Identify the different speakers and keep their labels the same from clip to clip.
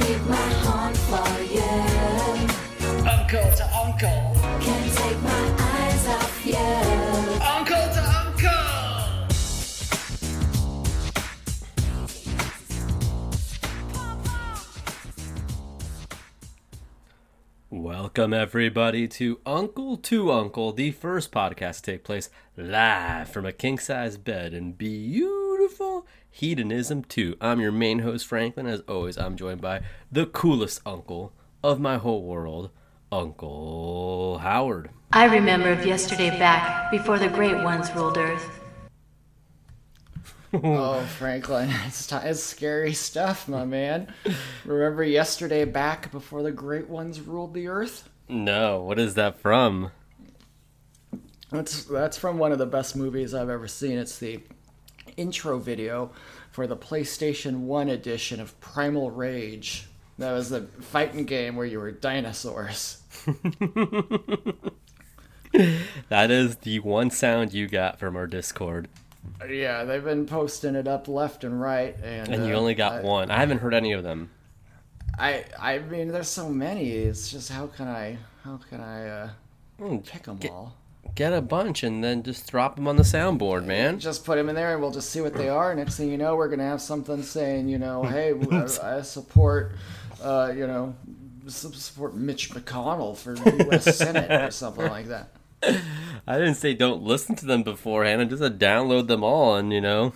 Speaker 1: take my heart for you.
Speaker 2: Uncle to uncle.
Speaker 1: Can't take my eyes off you.
Speaker 2: Uncle to uncle.
Speaker 3: Welcome, everybody, to Uncle to Uncle, the first podcast to take place live from a king size bed in beautiful Hedonism 2. I'm your main host, Franklin. As always, I'm joined by the coolest uncle of my whole world, Uncle Howard.
Speaker 4: I remembered yesterday back before the great ones ruled earth.
Speaker 5: Oh, Franklin, it's, ti it's scary stuff, my man. Remember yesterday back before the great ones ruled the earth?
Speaker 3: No, what is that from?
Speaker 5: That's that's from one of the best movies I've ever seen. It's the intro video for the PlayStation 1 edition of Primal Rage. That was the fighting game where you were dinosaurs.
Speaker 3: That is the one sound you got from our Discord,
Speaker 5: Yeah, they've been posting it up left and right and,
Speaker 3: and you
Speaker 5: uh,
Speaker 3: only got
Speaker 5: I-
Speaker 3: one. I haven't heard any of them.
Speaker 5: I I mean there's so many. It's just how can I how can I uh
Speaker 3: Mm,
Speaker 5: pick them all?
Speaker 3: Get a bunch and then just drop them on the soundboard, man.
Speaker 5: just put them in there and we'll just see what they are. Next thing you know, we're going to have something saying, you know, hey, I, I support, uh, you know, su- support Mitch McConnell for U.S. Senate or something like that.
Speaker 3: I didn't say don't listen to them beforehand. I just said download them all and, you know,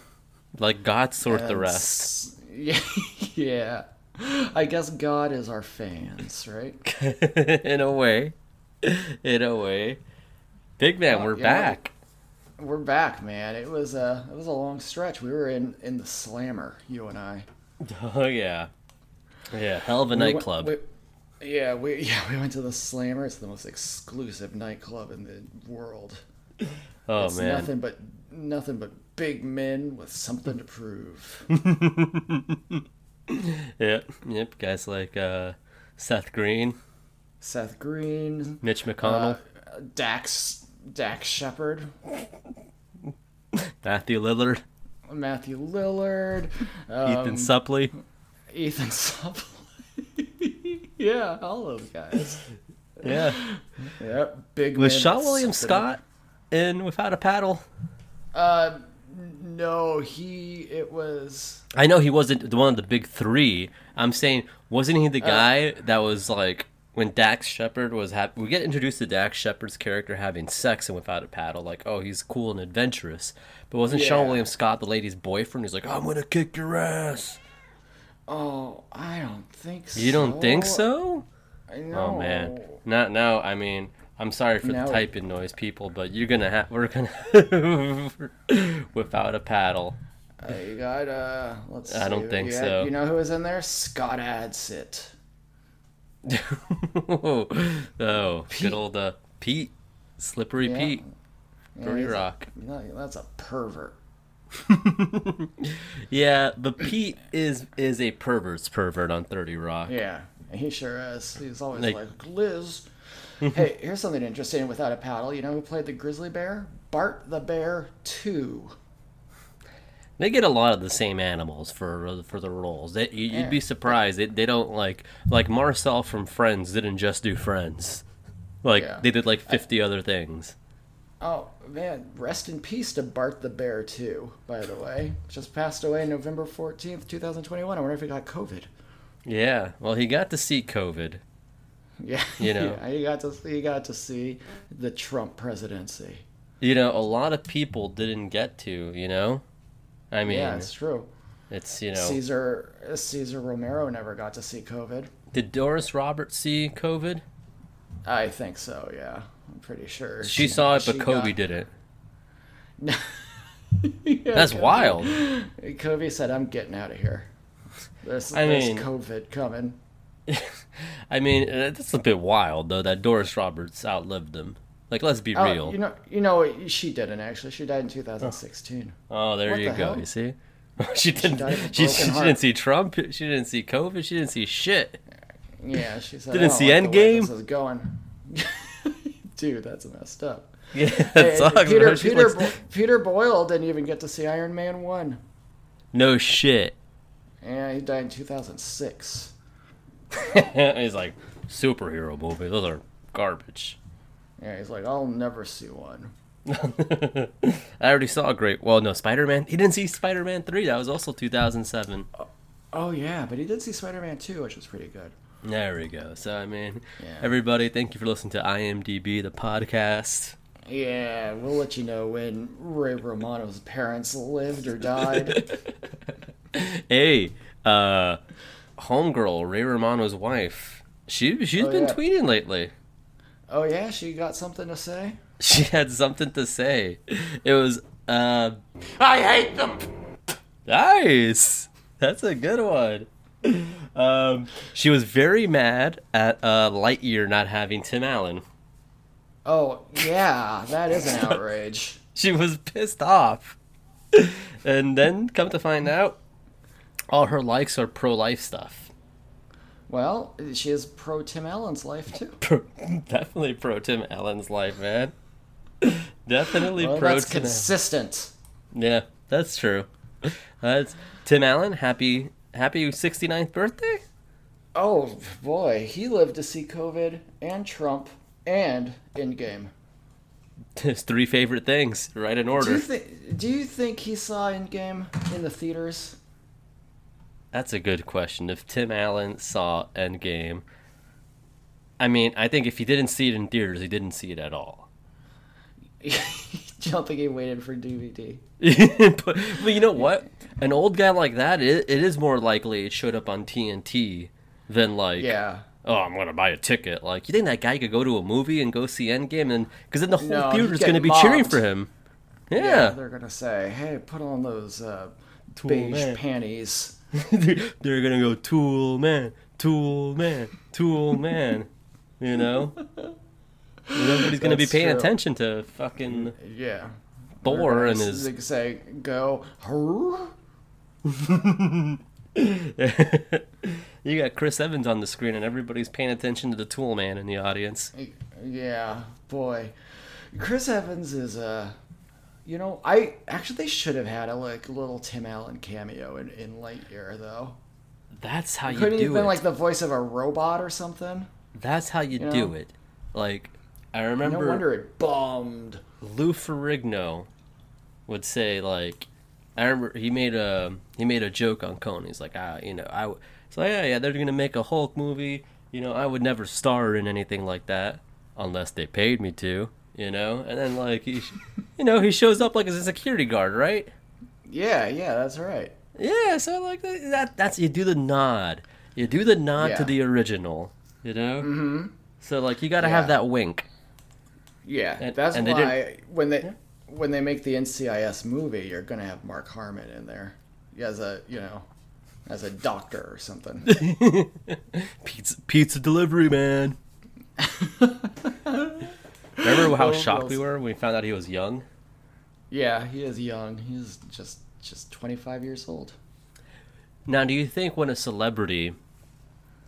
Speaker 3: like God sort the
Speaker 5: And
Speaker 3: rest.
Speaker 5: s- Yeah, yeah. I guess God is our fans, right?
Speaker 3: In a way. In a way. Big man, we're
Speaker 5: yeah.
Speaker 3: back.
Speaker 5: We're back, man. It was a it was a long stretch. We were in in the slammer, you and I.
Speaker 3: Oh, yeah. Yeah, hell of a
Speaker 5: We
Speaker 3: nightclub.
Speaker 5: went- we- yeah, we yeah we went to the slammer. It's the most exclusive nightclub in the world.
Speaker 3: oh,
Speaker 5: It's
Speaker 3: man.
Speaker 5: nothing but nothing but big men with something to prove.
Speaker 3: Yep. Yep. Guys like uh, Seth Green,
Speaker 5: Seth Green, uh,
Speaker 3: Mitch McConnell,
Speaker 5: Dax Dax Shepard,
Speaker 3: Matthew Lillard,
Speaker 5: Matthew Lillard, um,
Speaker 3: Ethan Suppley.
Speaker 5: Ethan Suplee. yeah, all those guys.
Speaker 3: Yeah.
Speaker 5: Yep, big
Speaker 3: Was
Speaker 5: men
Speaker 3: Shaw
Speaker 5: with
Speaker 3: Williams
Speaker 5: something to-
Speaker 3: Scott in Without a Paddle?
Speaker 5: Uh, no, he it was
Speaker 3: I know he wasn't the one of the big three. I'm saying, wasn't he the guy that was like when Dax Shepard was ha- we get introduced to Dax Shepard's character having sex and without a paddle, like oh he's cool and adventurous, but wasn't Sean
Speaker 5: Yeah.
Speaker 3: William Scott the lady's boyfriend? He's like I'm gonna kick your ass.
Speaker 5: oh I don't think so.
Speaker 3: You don't think so?
Speaker 5: I know.
Speaker 3: Oh man, not now. I mean, I'm sorry for
Speaker 5: No.
Speaker 3: the typing noise, people, but you're gonna have we're gonna without a paddle.
Speaker 5: Uh, you got uh let's
Speaker 3: I
Speaker 5: see,
Speaker 3: don't think
Speaker 5: you had-
Speaker 3: so.
Speaker 5: You know who was in there? Scott Adsit.
Speaker 3: oh, good old uh, Pete, slippery
Speaker 5: Yeah.
Speaker 3: Pete.
Speaker 5: Yeah,
Speaker 3: Dirty
Speaker 5: he's a-
Speaker 3: Rock.
Speaker 5: no, that's a pervert.
Speaker 3: Yeah, but Pete is is a pervert's pervert on Thirty Rock.
Speaker 5: Yeah, he sure is. He's always
Speaker 3: Like-
Speaker 5: like, Liz. hey, here's something interesting. Without a paddle, you know who played the grizzly bear? Bart the Bear Two.
Speaker 3: They get a lot of the same animals for for the roles. They, you, You'd be surprised. They, they don't like like Marcel from Friends didn't just do Friends. Like
Speaker 5: Yeah.
Speaker 3: they did like fifty other things.
Speaker 5: Oh man, rest in peace to Bart the Bear Two. By the way, just passed away November fourteenth, two thousand twenty-one. I wonder if he got COVID.
Speaker 3: Yeah. Well, he got to see COVID.
Speaker 5: Yeah,
Speaker 3: You know.
Speaker 5: yeah, he got to he got to see the Trump presidency.
Speaker 3: You know, a lot of people didn't get to. You know, I mean,
Speaker 5: Yeah, it's true.
Speaker 3: it's you know,
Speaker 5: Caesar Caesar Romero never got to see COVID.
Speaker 3: did Doris Roberts see COVID?
Speaker 5: I think so. Yeah, I'm pretty sure
Speaker 3: She saw it, but
Speaker 5: she
Speaker 3: Kobe
Speaker 5: got-
Speaker 3: didn't.
Speaker 5: Yeah,
Speaker 3: That's
Speaker 5: Kobe-
Speaker 3: wild.
Speaker 5: Kobe said, "I'm getting out of here. There's,
Speaker 3: I
Speaker 5: there's
Speaker 3: mean-
Speaker 5: COVID coming."
Speaker 3: I mean, uh, that's a bit wild though that Doris Roberts outlived them. Like, let's be
Speaker 5: Oh,
Speaker 3: real.
Speaker 5: You know, you know, what? she didn't actually. She died in 2016.
Speaker 3: oh, there
Speaker 5: what
Speaker 3: you
Speaker 5: the
Speaker 3: go.
Speaker 5: hell?
Speaker 3: You see, she didn't.
Speaker 5: died of a
Speaker 3: She,
Speaker 5: broken
Speaker 3: she
Speaker 5: heart.
Speaker 3: didn't see Trump. She didn't see COVID. She didn't see shit.
Speaker 5: Yeah, she said.
Speaker 3: Didn't
Speaker 5: "I don't
Speaker 3: see
Speaker 5: like the way
Speaker 3: Endgame?"
Speaker 5: This is going, dude. That's messed up.
Speaker 3: Yeah, that
Speaker 5: And
Speaker 3: sucks.
Speaker 5: Peter
Speaker 3: bro. She's
Speaker 5: Peter,
Speaker 3: like,
Speaker 5: Bo- Peter Boyle didn't even get to see Iron Man one.
Speaker 3: no shit.
Speaker 5: Yeah, he died in 2006.
Speaker 3: He's like, superhero movie. Those are garbage.
Speaker 5: Yeah, he's like, I'll never see one.
Speaker 3: I already saw a great. Well, no, Spider Man. He didn't see Spider Man three. That was also two thousand seven.
Speaker 5: Oh yeah, but he did see Spider-Man 2, which was pretty good.
Speaker 3: There we go. So I mean,
Speaker 5: Yeah.
Speaker 3: everybody, thank you for listening to IMDb the podcast.
Speaker 5: Yeah, we'll let you know when Ray Romano's parents lived or died.
Speaker 3: Hey, uh, homegirl Ray Romano's wife. She she's
Speaker 5: Oh,
Speaker 3: been
Speaker 5: yeah.
Speaker 3: tweeting lately.
Speaker 5: oh yeah, she got something to say.
Speaker 3: She had something to say. It was uh,
Speaker 6: I hate them.
Speaker 3: Nice. That's a good one. Um, she was very mad at uh, Lightyear not having Tim Allen.
Speaker 5: Oh yeah, that is an outrage.
Speaker 3: She was pissed off. and then come to find out, all her likes are pro life stuff.
Speaker 5: Well, she is pro Tim Allen's life too.
Speaker 3: Pro- definitely pro Tim Allen's life, man. Definitely
Speaker 5: Well,
Speaker 3: pro
Speaker 5: that's
Speaker 3: Tim. Allen.
Speaker 5: consistent.
Speaker 3: yeah, that's true. That's Tim Allen. Happy happy 69th birthday.
Speaker 5: Oh boy, he lived to see COVID and Trump and Endgame.
Speaker 3: His three favorite things, right in
Speaker 5: Do you
Speaker 3: order.
Speaker 5: think? Do you think he saw Endgame in the theaters?
Speaker 3: That's a good question. If Tim Allen saw Endgame, I mean, I think if he didn't see it in theaters, he didn't see it at all.
Speaker 5: don't think he waited for DVD.
Speaker 3: but, but you know what? An old guy like that, it, it is more likely it showed up on TNT than like,
Speaker 5: Yeah.
Speaker 3: oh, I'm gonna buy a ticket. Like, you think that guy could go to a movie and go see Endgame, and because then the whole
Speaker 5: No, he'd
Speaker 3: theater's
Speaker 5: get
Speaker 3: gonna be cheering
Speaker 5: mobbed.
Speaker 3: for him.
Speaker 5: Yeah,
Speaker 3: Yeah,
Speaker 5: they're gonna say, "Hey, put on those uh, beige
Speaker 3: man.
Speaker 5: panties."
Speaker 3: they're, they're gonna go Tool Man, Tool Man, Tool Man. you know, nobody's gonna
Speaker 5: That's
Speaker 3: be paying
Speaker 5: true. Mm,
Speaker 3: attention to fucking.
Speaker 5: Yeah.
Speaker 3: Thor
Speaker 5: They're
Speaker 3: and
Speaker 5: gonna
Speaker 3: his
Speaker 5: s- say, "Go." "Hurr."
Speaker 3: you got Chris Evans on the screen and everybody's paying attention to the tool man in the audience.
Speaker 5: Yeah, boy. Chris Evans is Uh, you know, I actually they should have had a like little Tim Allen cameo in, in Lightyear though.
Speaker 3: That's how you
Speaker 5: Couldn't he have
Speaker 3: do it.
Speaker 5: been like the voice of a robot or something?
Speaker 3: That's how you
Speaker 5: you
Speaker 3: do
Speaker 5: know?
Speaker 3: it. Like I
Speaker 5: No
Speaker 3: remember
Speaker 5: wonder it bombed.
Speaker 3: Lou Ferrigno would say like I remember he made a he made a joke on Conan. He's like, ah, you know, I w-" so yeah, yeah, they're gonna make a Hulk movie. You know, I would never star in anything like that unless they paid me to. You know, and then like he, you know, he shows up like as a security guard, right?
Speaker 5: Yeah, yeah, that's right.
Speaker 3: Yeah, so like that, that that's you do the nod. You do the nod to
Speaker 5: Yeah.
Speaker 3: the original, you know? Mm-hmm. So like you got to have
Speaker 5: Yeah.
Speaker 3: that wink.
Speaker 5: Yeah,
Speaker 3: And-
Speaker 5: that's
Speaker 3: and they didn't-
Speaker 5: why when they when they make the NCIS movie, you're gonna have Mark Harmon in there as a you know as a doctor or something.
Speaker 3: Pizza pizza delivery man. Remember how shocked we were when we found out he was young?
Speaker 5: yeah, he is young. He is just just 25 years old.
Speaker 3: Now, do you think when a celebrity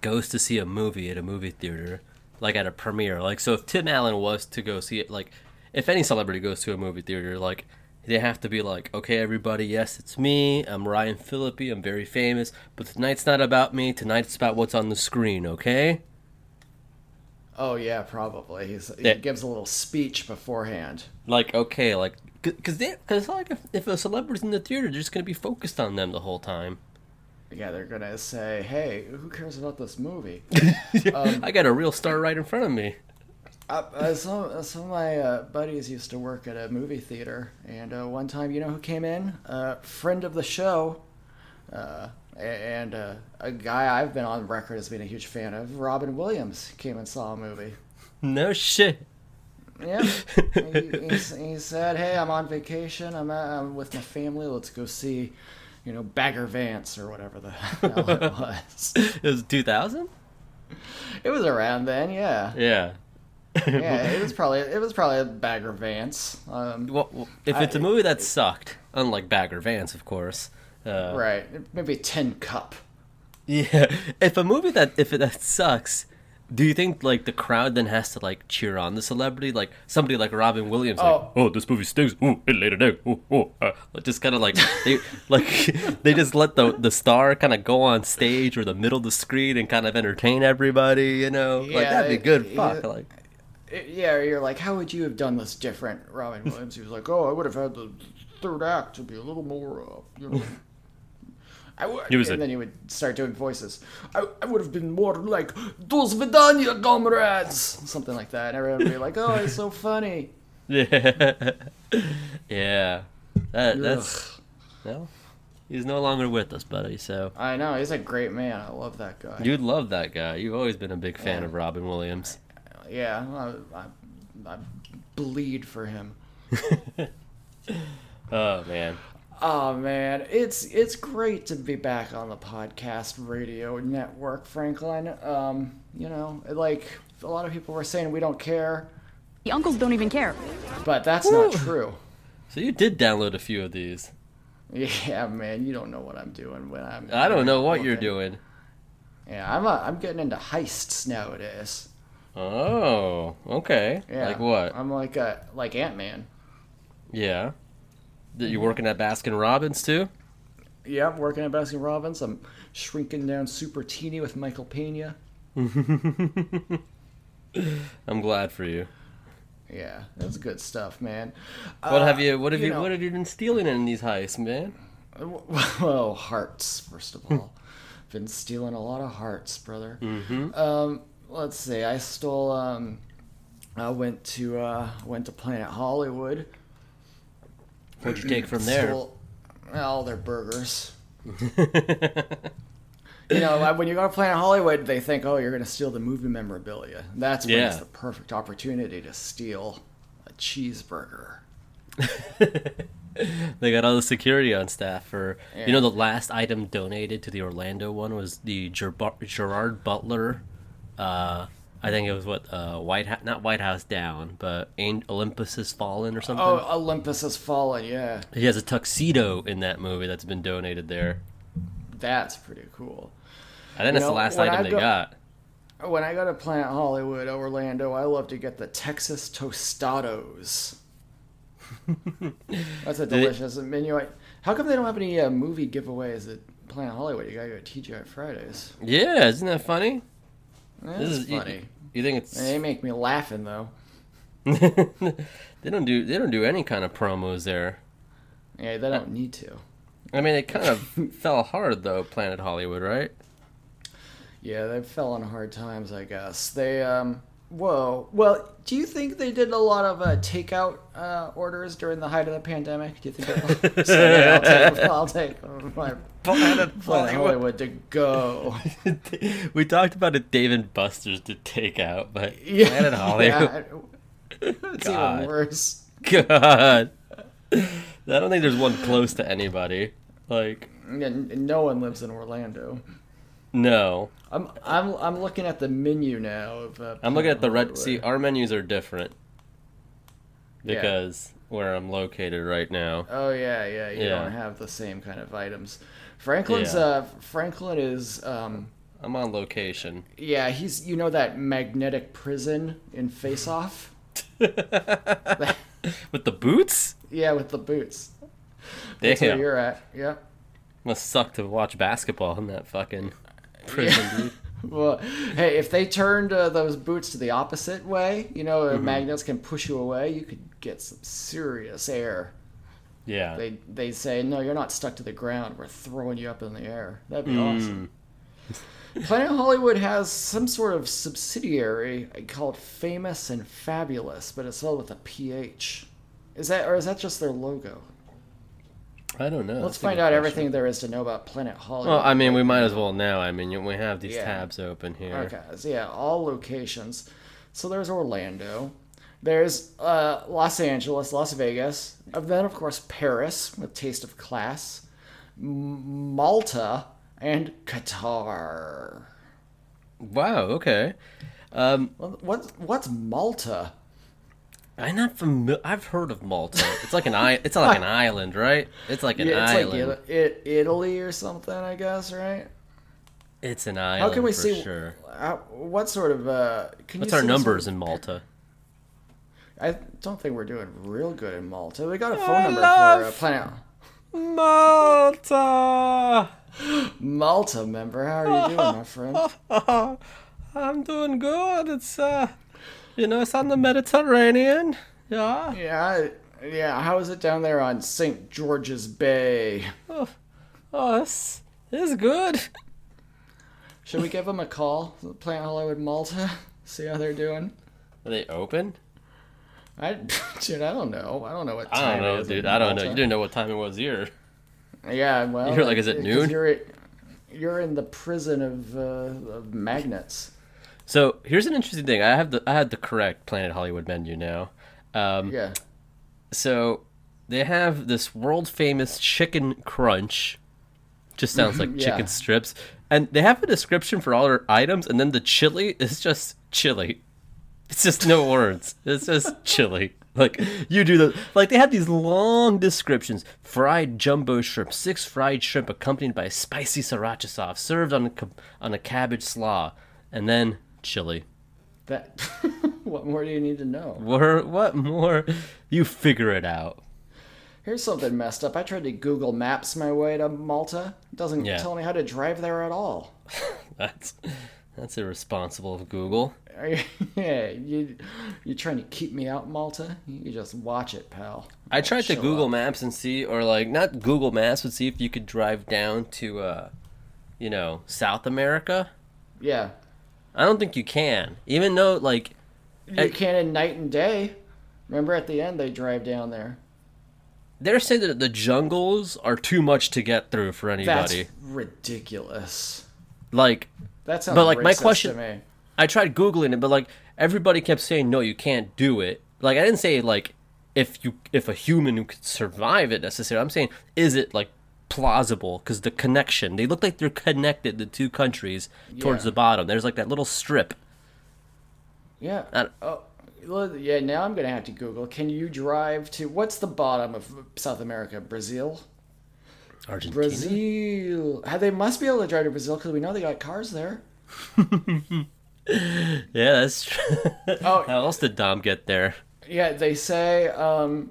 Speaker 3: goes to see a movie at a movie theater, like at a premiere, like so if Tim Allen was to go see it, like if any celebrity goes to a movie theater, like they have to be like, okay, everybody, yes, it's me. I'm Ryan Phillippe. I'm very famous, but tonight's not about me. Tonight's about what's on the screen, okay?
Speaker 5: Oh yeah, probably. He's,
Speaker 3: Yeah.
Speaker 5: He gives a little speech beforehand.
Speaker 3: Like, okay, like, because because like if, if a celebrity's in the theater, they're just gonna be focused on them the whole time.
Speaker 5: Yeah, they're gonna say, "Hey, who cares about this movie?"
Speaker 3: I got a real star right in front of me.
Speaker 5: Uh, uh, some uh, some of my uh, buddies used to work at a movie theater, and uh, one time, you know who came in? uh, friend of the show, uh, a- and uh, a guy I've been on record as being a huge fan of, Robin Williams, came and saw a movie.
Speaker 3: No shit.
Speaker 5: Yeah, he, he, s- he said, "Hey, I'm on vacation. I'm, uh, I'm with my family. Let's go see, you know, Bagger Vance or whatever the hell it was.
Speaker 3: It was two thousand.
Speaker 5: It was around then, yeah,
Speaker 3: Yeah.
Speaker 5: yeah. It was probably it was probably Bagger Vance." Um,
Speaker 3: Well, well, if it's a movie that sucked, unlike Bagger Vance, of course. Uh,
Speaker 5: Right. Maybe tin cup.
Speaker 3: Yeah. If a movie that if it, that sucks, Do you think like the crowd then has to like cheer on the celebrity, like somebody like Robin Williams, like,
Speaker 5: Oh.
Speaker 3: oh, this movie stinks, ooh, it laid it out, ooh, ooh, uh, just kind of like they like they just let the the star kind of go on stage or the middle of the screen and kind of entertain everybody, you know? like
Speaker 5: Yeah,
Speaker 3: that'd be
Speaker 5: it-
Speaker 3: good.
Speaker 5: it-
Speaker 3: Fuck, like
Speaker 5: It- yeah, you're like, how would you have done this different, Robin Williams? He was like, oh, I would have had the third act to be a little more, uh, you know. I would,
Speaker 3: He was
Speaker 5: and
Speaker 3: a-
Speaker 5: then he would start doing voices. I, I would have been more like, Dos Vidania, comrades! Something like that. And everyone would be like, oh, it's so funny.
Speaker 3: yeah, yeah. That, that's no, he's no longer with us, buddy. So
Speaker 5: I know, he's a great man. I love that guy.
Speaker 3: you'd love that guy. You've always been a big fan
Speaker 5: Yeah.
Speaker 3: of Robin Williams.
Speaker 5: Yeah, I, I, I bleed for him.
Speaker 3: Oh man.
Speaker 5: Oh man, it's it's great to be back on the podcast radio network, Franklin. Um, you know, like a lot of people were saying we don't care,
Speaker 6: The uncles don't even care.
Speaker 5: but that's not true.
Speaker 3: So you did download a few of these.
Speaker 5: Yeah, man, you don't know what I'm doing when I'm.
Speaker 3: I don't know what you're
Speaker 5: looking.
Speaker 3: doing.
Speaker 5: Yeah, I'm a, I'm getting into heists nowadays.
Speaker 3: Oh, okay.
Speaker 5: Yeah,
Speaker 3: Like what?
Speaker 5: I'm like a like Ant Man.
Speaker 3: yeah. That you working at Baskin Robbins too?
Speaker 5: Yeah, I'm working at Baskin Robbins. I'm shrinking down super teeny with Michael Pena.
Speaker 3: I'm glad for you.
Speaker 5: Yeah, that's good stuff, man. Uh,
Speaker 3: What have you? What have
Speaker 5: you
Speaker 3: you?
Speaker 5: know-
Speaker 3: what have you been stealing in these heists, man?
Speaker 5: Well, hearts, first of
Speaker 3: Hmm.
Speaker 5: all. Been stealing a lot of hearts, brother. Mm-hmm. Um, let's see. I stole. Um, I went to uh, went to Planet Hollywood.
Speaker 3: What'd you take from there?
Speaker 5: Stole all their burgers. you know, like, when you go to Planet Hollywood, they think, "Oh, you're going to steal the movie memorabilia." That's when it's
Speaker 3: Yeah.
Speaker 5: the perfect opportunity to steal a cheeseburger.
Speaker 3: They got all the security on staff for.
Speaker 5: Yeah.
Speaker 3: You know, the last item donated to the Orlando one was the Gerbar- Gerard Butler. Uh, I think it was what uh, White House, not White House Down, but An- Olympus Has Fallen or something.
Speaker 5: Oh, Olympus has fallen. Yeah,
Speaker 3: He has a tuxedo in that movie that's been donated there.
Speaker 5: that's pretty cool.
Speaker 3: I think that's
Speaker 5: know,
Speaker 3: the last
Speaker 5: when
Speaker 3: item
Speaker 5: I
Speaker 3: they
Speaker 5: go-
Speaker 3: got.
Speaker 5: When I go to Planet Hollywood, Orlando, I love to get the Texas Tostados. That's a delicious menu. I- How come they don't have any uh, movie giveaways at Planet Hollywood? You gotta go to TGI Fridays.
Speaker 3: Yeah, isn't that funny?
Speaker 5: That's
Speaker 3: This is you-
Speaker 5: funny.
Speaker 3: You, think it's
Speaker 5: They make me laughing though.
Speaker 3: they don't do they don't do any kind of promos there.
Speaker 5: Yeah, they don't need to.
Speaker 3: I mean, it kind of fell hard though, Planet Hollywood, right?
Speaker 5: Yeah, they fell on hard times, I guess. They um, whoa. Well, do you think they did a lot of uh, takeout uh, orders during the height of the pandemic? Do you think? They- So, yeah, I'll take, I'll take my
Speaker 3: Planet
Speaker 5: Planet Hollywood to go.
Speaker 3: we talked about a Dave and Buster's to take out, but
Speaker 5: Yeah,
Speaker 3: Planet Hollywood,
Speaker 5: yeah. it's
Speaker 3: God.
Speaker 5: even worse.
Speaker 3: God, I don't think there's one close to anybody. Like,
Speaker 5: And and no one lives in Orlando.
Speaker 3: no,
Speaker 5: I'm I'm I'm looking at the menu now. Of, uh,
Speaker 3: I'm looking at the red.
Speaker 5: Hollywood.
Speaker 3: See, our menus are different
Speaker 5: Yeah.
Speaker 3: because where I'm located right now.
Speaker 5: Oh yeah, yeah. You
Speaker 3: Yeah.
Speaker 5: don't have the same kind of items. Franklin's
Speaker 3: Yeah.
Speaker 5: uh Franklin is um
Speaker 3: I'm on location.
Speaker 5: yeah he's you know that magnetic prison in Face Off.
Speaker 3: With the boots?
Speaker 5: Yeah, with the boots. That's where
Speaker 3: Damn.
Speaker 5: you're at. Yep.
Speaker 3: Must suck to watch basketball in that fucking prison, dude.
Speaker 5: Well, hey, if they turned uh, those boots to the opposite way, you know, uh magnets can push you away. You could get some serious air.
Speaker 3: Yeah.
Speaker 5: They they say, no, you're not stuck to the ground. We're throwing you up in the air. That'd be awesome. Planet Hollywood has some sort of subsidiary called Famous and Fabulous, but it's spelled with a PH. Is that or is that just their logo?
Speaker 3: I don't know.
Speaker 5: Let's
Speaker 3: That's a
Speaker 5: find
Speaker 3: good
Speaker 5: out
Speaker 3: question.
Speaker 5: everything there is to know about Planet Hollywood.
Speaker 3: Well, I mean, we might as well now. I mean, we have these
Speaker 5: Yeah.
Speaker 3: tabs open here.
Speaker 5: Okay, so yeah, all locations. So there's Orlando, there's uh, Los Angeles, Las Vegas, and then of course Paris with Taste of Class, M- Malta, and Qatar.
Speaker 3: Wow. Okay.
Speaker 5: Well, What's what's Malta?
Speaker 3: I'm not familiar. I've heard of Malta. It's like an i. It's like an island, right? It's like an
Speaker 5: Yeah, it's
Speaker 3: island.
Speaker 5: like it, it, Italy or something, I guess, right?
Speaker 3: it's an island.
Speaker 5: How can we
Speaker 3: for
Speaker 5: see?
Speaker 3: Sure.
Speaker 5: uh, what sort of uh? Can
Speaker 3: What's
Speaker 5: you
Speaker 3: our
Speaker 5: see
Speaker 3: numbers
Speaker 5: Sort
Speaker 3: in Malta?
Speaker 5: I don't think we're doing real good in Malta. We got a phone number for uh, a planet
Speaker 3: Malta!
Speaker 5: Malta member. How are you doing, my friend?
Speaker 3: I'm doing good. It's, uh, you know, it's on the Mediterranean. Yeah.
Speaker 5: Yeah, I- yeah. How is it down there on St. George's Bay?
Speaker 3: Oh, it's, it's good.
Speaker 5: Should we give them a call? Planet Hollywood Malta. See how they're doing.
Speaker 3: Are they open?
Speaker 5: I, dude, I don't know. I don't know what
Speaker 3: I
Speaker 5: time
Speaker 3: don't
Speaker 5: it
Speaker 3: know,
Speaker 5: is
Speaker 3: dude.
Speaker 5: in
Speaker 3: I don't know.
Speaker 5: Malta.
Speaker 3: You didn't know what time it was here.
Speaker 5: Yeah, well,
Speaker 3: You're like, is it
Speaker 5: 'cause
Speaker 3: noon?
Speaker 5: You're, you're in the prison of, uh, of magnets.
Speaker 3: So here's an interesting thing. I have the I had the correct Planet Hollywood menu now. Um,
Speaker 5: Yeah.
Speaker 3: So they have this world famous chicken crunch. Just sounds like
Speaker 5: Mm-hmm. yeah.
Speaker 3: chicken strips. And they have a description for all their items, and then the chili is just chili. It's just no words. It's just chili. Like you do the like they have these long descriptions: fried jumbo shrimp, six fried shrimp accompanied by spicy sriracha sauce, served on a ca- on a cabbage slaw, and then chili.
Speaker 5: That. what more do you need to know?
Speaker 3: What what more? You figure it out.
Speaker 5: Here's something messed up. I tried to Google Maps my way to Malta. It doesn't
Speaker 3: Yeah.
Speaker 5: tell me how to drive there at all.
Speaker 3: That's that's irresponsible of Google.
Speaker 5: Are you- yeah, you you trying to keep me out, Malta? You just watch it, pal.
Speaker 3: I tried to
Speaker 5: show
Speaker 3: Google Maps and see, or like not Google Maps, but see if you could drive down to, uh, you know, South America.
Speaker 5: Yeah,
Speaker 3: I don't think you can, even though like
Speaker 5: you can in night and day. Remember at the end they drive down there.
Speaker 3: they're saying that the jungles are too much to get through for
Speaker 5: That's
Speaker 3: anybody.
Speaker 5: ridiculous.
Speaker 3: Like
Speaker 5: That sounds.
Speaker 3: But, like, my
Speaker 5: racist
Speaker 3: question-
Speaker 5: to me.
Speaker 3: I tried googling it, but like everybody kept saying no, you can't do it. Like I didn't say like if you if a human could survive it necessarily. I'm saying is it like plausible because the connection they look like they're connected the two countries towards
Speaker 5: Yeah.
Speaker 3: the bottom. There's like that little strip.
Speaker 5: Yeah.
Speaker 3: I-
Speaker 5: oh, well, yeah. Now I'm gonna have to Google. Can you drive to what's the bottom of South America? Brazil.
Speaker 3: Argentina.
Speaker 5: Brazil. How They must be able to drive to Brazil because we know they got cars there.
Speaker 3: Yeah, that's true.
Speaker 5: Oh,
Speaker 3: How else did Dom get there?
Speaker 5: yeah. They say um,